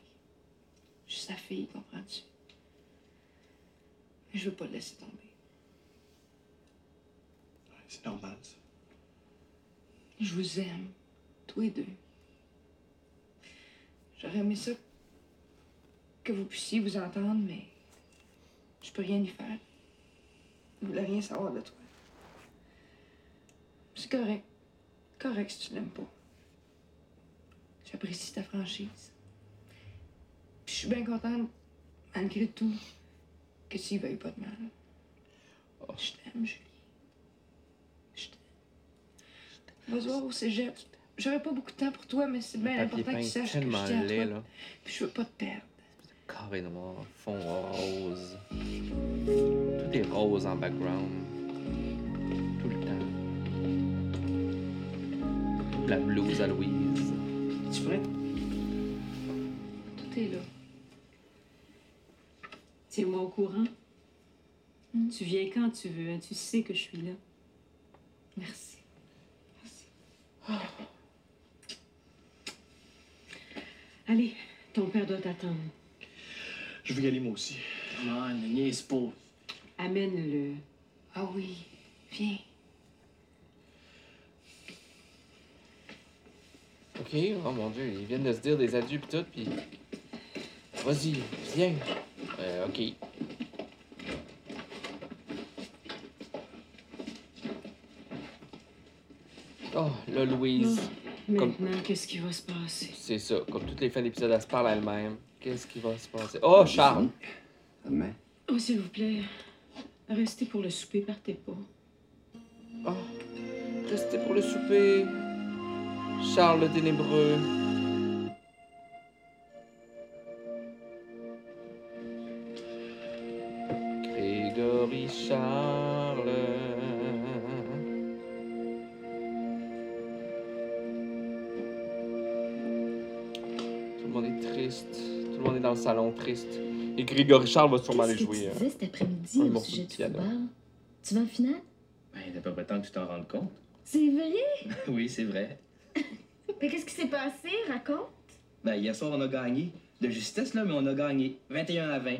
S10: Je suis sa fille, comprends-tu? Mais je veux pas le laisser tomber.
S4: C'est normal, ça.
S10: Je vous aime, tous les deux. J'aurais aimé ça que vous puissiez vous entendre, mais je peux rien y faire. Je voulais rien savoir de toi. C'est correct. Correct si tu l'aimes pas. J'apprécie ta franchise. Puis je suis bien contente, malgré tout, que tu y veuilles pas de mal.
S1: Oh.
S10: Je t'aime, Julie. Je t'aime. On va se voir au cégep. J'aurais pas beaucoup de temps pour toi, mais c'est bien
S1: Papier
S10: important que
S1: peint
S10: tu saches que je
S1: tellement
S10: tiens à
S1: laid,
S10: toi.
S1: là.
S10: Puis je veux pas te perdre.
S1: Carré noir, fond rose. Tout est rose en background. Tout le temps. La blouse à Louise.
S11: Tu pourrais
S10: Tout est là.
S2: Tiens-moi au courant. Tu viens quand tu veux, hein, tu sais que je suis là.
S10: Merci.
S2: Oh. Allez, ton père doit t'attendre.
S4: Je veux y aller, moi aussi.
S11: Come on, ne niaise pas.
S2: Amène-le.
S10: Ah oui, viens.
S1: Ok, oh mon dieu, ils viennent de se dire des adieux pis tout, pis. Vas-y, viens. Euh, ok. Oh, là, Louise. Comme-
S2: Maintenant, qu'est-ce qui va se passer?
S1: C'est ça, comme toutes les fins d'épisode, elle se parle à elle-même. Qu'est-ce qui va se passer? Oh, Charles!
S3: Demain,
S2: Oh, s'il vous plaît, restez pour le souper, partez pas.
S1: Oh, restez pour le souper. Charles le ténébreux. Grégory Charles. Tout le monde est triste. Tout le monde est dans le salon triste. Et Grégory Charles va sûrement aller
S5: Qu'est-ce que
S1: jouer.
S5: tu
S1: euh,
S5: disais cet après-midi
S1: un
S5: au
S1: morceau
S5: sujet
S1: de
S5: du
S1: piano.
S5: football? Tu vas en finale?
S11: Ben, il est à peu près temps que tu t'en rendes compte.
S5: C'est vrai?
S11: oui, c'est vrai.
S5: Mais qu'est-ce qui s'est passé? Raconte.
S11: Ben, hier soir, on a gagné. De justesse, là, mais on a gagné. 21 à 20.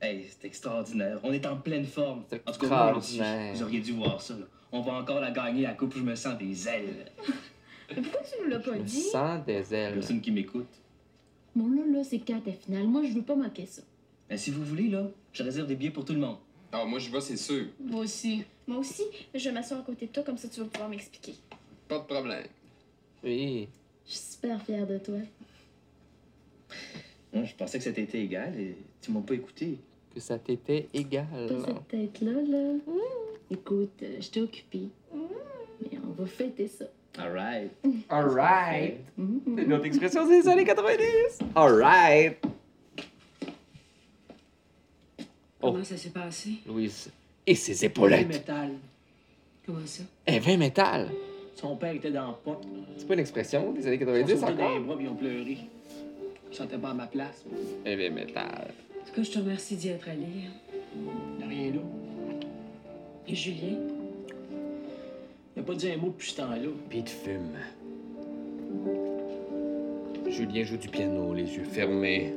S11: Hey, c'est extraordinaire. On est en pleine forme.
S1: C'est
S11: En tout cas, moi, j'en suis.
S1: extraordinaire.
S11: vous auriez dû voir ça. là. On va encore la gagner à coupe, je me sens des ailes.
S5: Mais pourquoi tu nous l'as pas
S1: Je me
S5: dit?
S1: sens hein. des
S17: Euh.
S1: ailes.
S11: Personne qui m'écoute.
S5: Bon, là, là, c'est quand ta finale. Moi, je veux pas manquer ça.
S11: Ben, si vous voulez, là, je réserve des billets pour tout le monde.
S18: Ah, moi, je vais, c'est sûr.
S5: Moi aussi. Moi aussi, je vais m'asseoir à côté de toi, comme ça tu vas pouvoir m'expliquer.
S18: Pas de problème.
S1: Oui.
S5: Je suis super fière de toi.
S17: Non, je pensais que ça t'était égal et tu m'as pas écouté.
S1: Que ça t'était
S5: Pas
S1: égal.
S5: cette tête-là, là. Écoute, euh, je t'ai occupée. Mais on va fêter ça.
S17: Alright.
S1: Alright. Une autre expression des années 90. Alright.
S2: Comment ça s'est passé?
S1: Louise. Et ses
S4: Le
S1: épaulettes.
S4: métal.
S2: Comment ça?
S1: Elle vin métal.
S4: Son père était dans le pot.
S1: C'est pas une expression des années
S4: Ils
S1: 90
S4: sont sautés dans
S1: encore?
S4: les bras puis ils ont pleuré. Ils sentaient pas à ma place.
S1: Eh bien, métal.
S2: En tout cas, je te remercie d'y être allé. hein.
S4: Il y a rien là.
S2: Et Julien?
S4: Il a pas dit un mot depuis ce temps-là.
S1: Puis de fume. Julien joue du piano, les yeux fermés.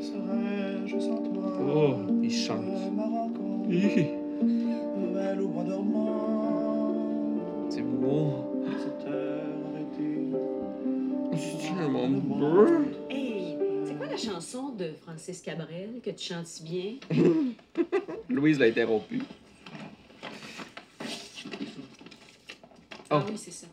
S19: Serai-je sans toi
S1: Oh, il chante.
S19: ma rencontre Nouvelle au bois dormant
S1: C'est beau.
S19: Cette heure
S1: C'est un monde bleu.
S2: Hey! C'est quoi la chanson de Francis Cabrel que tu chantes si bien?
S1: Louise l'a interrompu.
S2: Ah oui, c'est ça.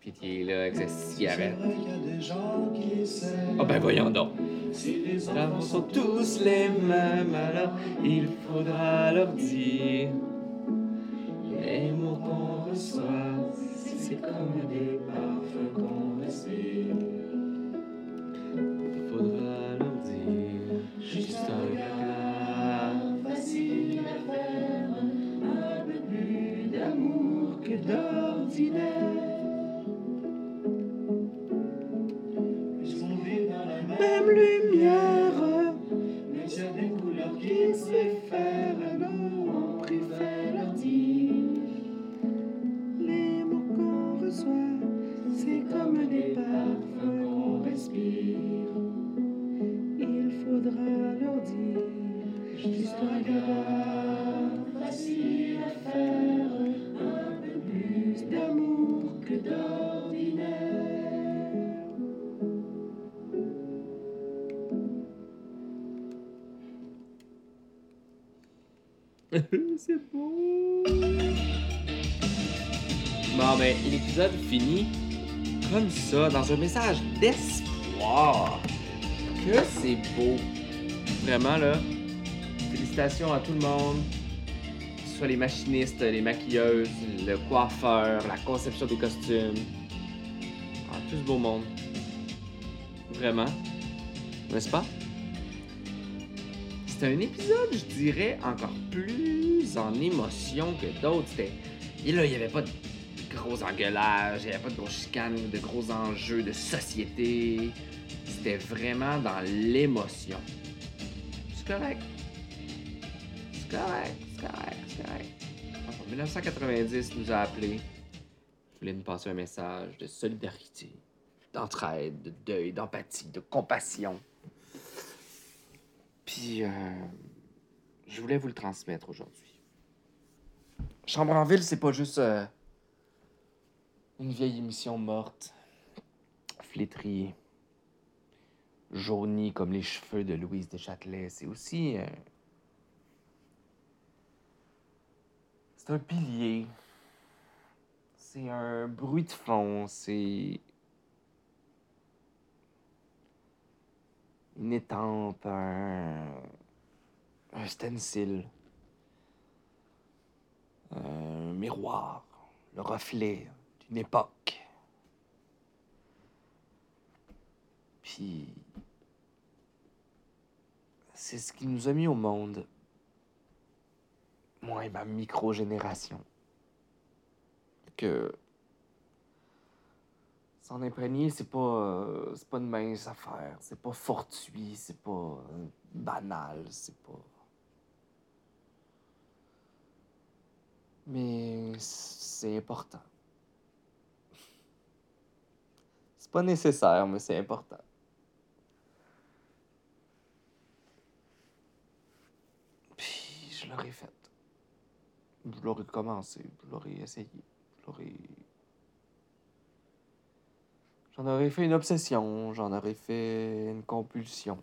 S1: Puis il est là avec sa cigarette.
S19: des gens qui essaient
S1: Ah ben voyons donc.
S19: Si les
S1: enfants sont tous les mêmes, alors il faudra leur dire les mots qu'on reçoit, c'est comme des parfums qu'on respire. Il faudra leur dire juste un regard.
S19: Facile à faire Un peu plus d'amour que d'ordinaire Puisqu'on vit dans la même lumière Mais il y a des couleurs qui s'effèrent Nous on préfère leur dire Les mots qu'on reçoit C'est comme des parfums qu'on respire Il faudra leur dire Juste un regard facile à faire, un peu plus d'amour que d'ordinaire.
S1: c'est beau. Bon, ben, l'épisode finit comme ça, dans un message d'espoir. Que c'est beau. Vraiment, là, félicitations à tout le monde. Que ce soit les machinistes, les maquilleuses, le coiffeur, la conception des costumes. Ah, tout ce beau monde. Vraiment. N'est-ce pas? C'était un épisode, je dirais, encore plus en émotion que d'autres. C'était... Et là, il n'y avait pas de gros engueulages, il n'y avait pas de grosses chicanes, de gros enjeux de société. C'était vraiment dans l'émotion. C'est correct. C'est correct, c'est correct, c'est correct. En 1990 nous a appelés. Il voulait nous passer un message de solidarité, d'entraide, de deuil, d'empathie, de compassion. Puis, euh, je voulais vous le transmettre aujourd'hui. Chambre en ville, c'est pas juste euh, une vieille émission morte, flétrie, jaunie comme les cheveux de Louise Deschâtelet. C'est aussi. euh, c'est un pilier. C'est un bruit de fond. C'est. une étampe, un, un stencil, un miroir, le reflet d'une époque. Puis, c'est ce qui nous a mis au monde, moi et ma micro-génération, que S'en imprégner, c'est pas, euh, c'est pas une mince affaire. C'est pas fortuit, c'est pas euh, banal, c'est pas. Mais c'est important. C'est pas nécessaire, mais c'est important. Puis je l'aurais fait. Je l'aurais commencé, je l'aurais essayé, je l'aurais. J'en aurais fait une obsession, j'en aurais fait une compulsion.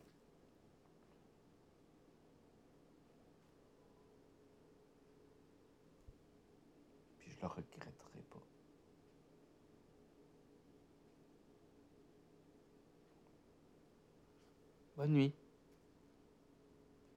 S1: Bonne nuit.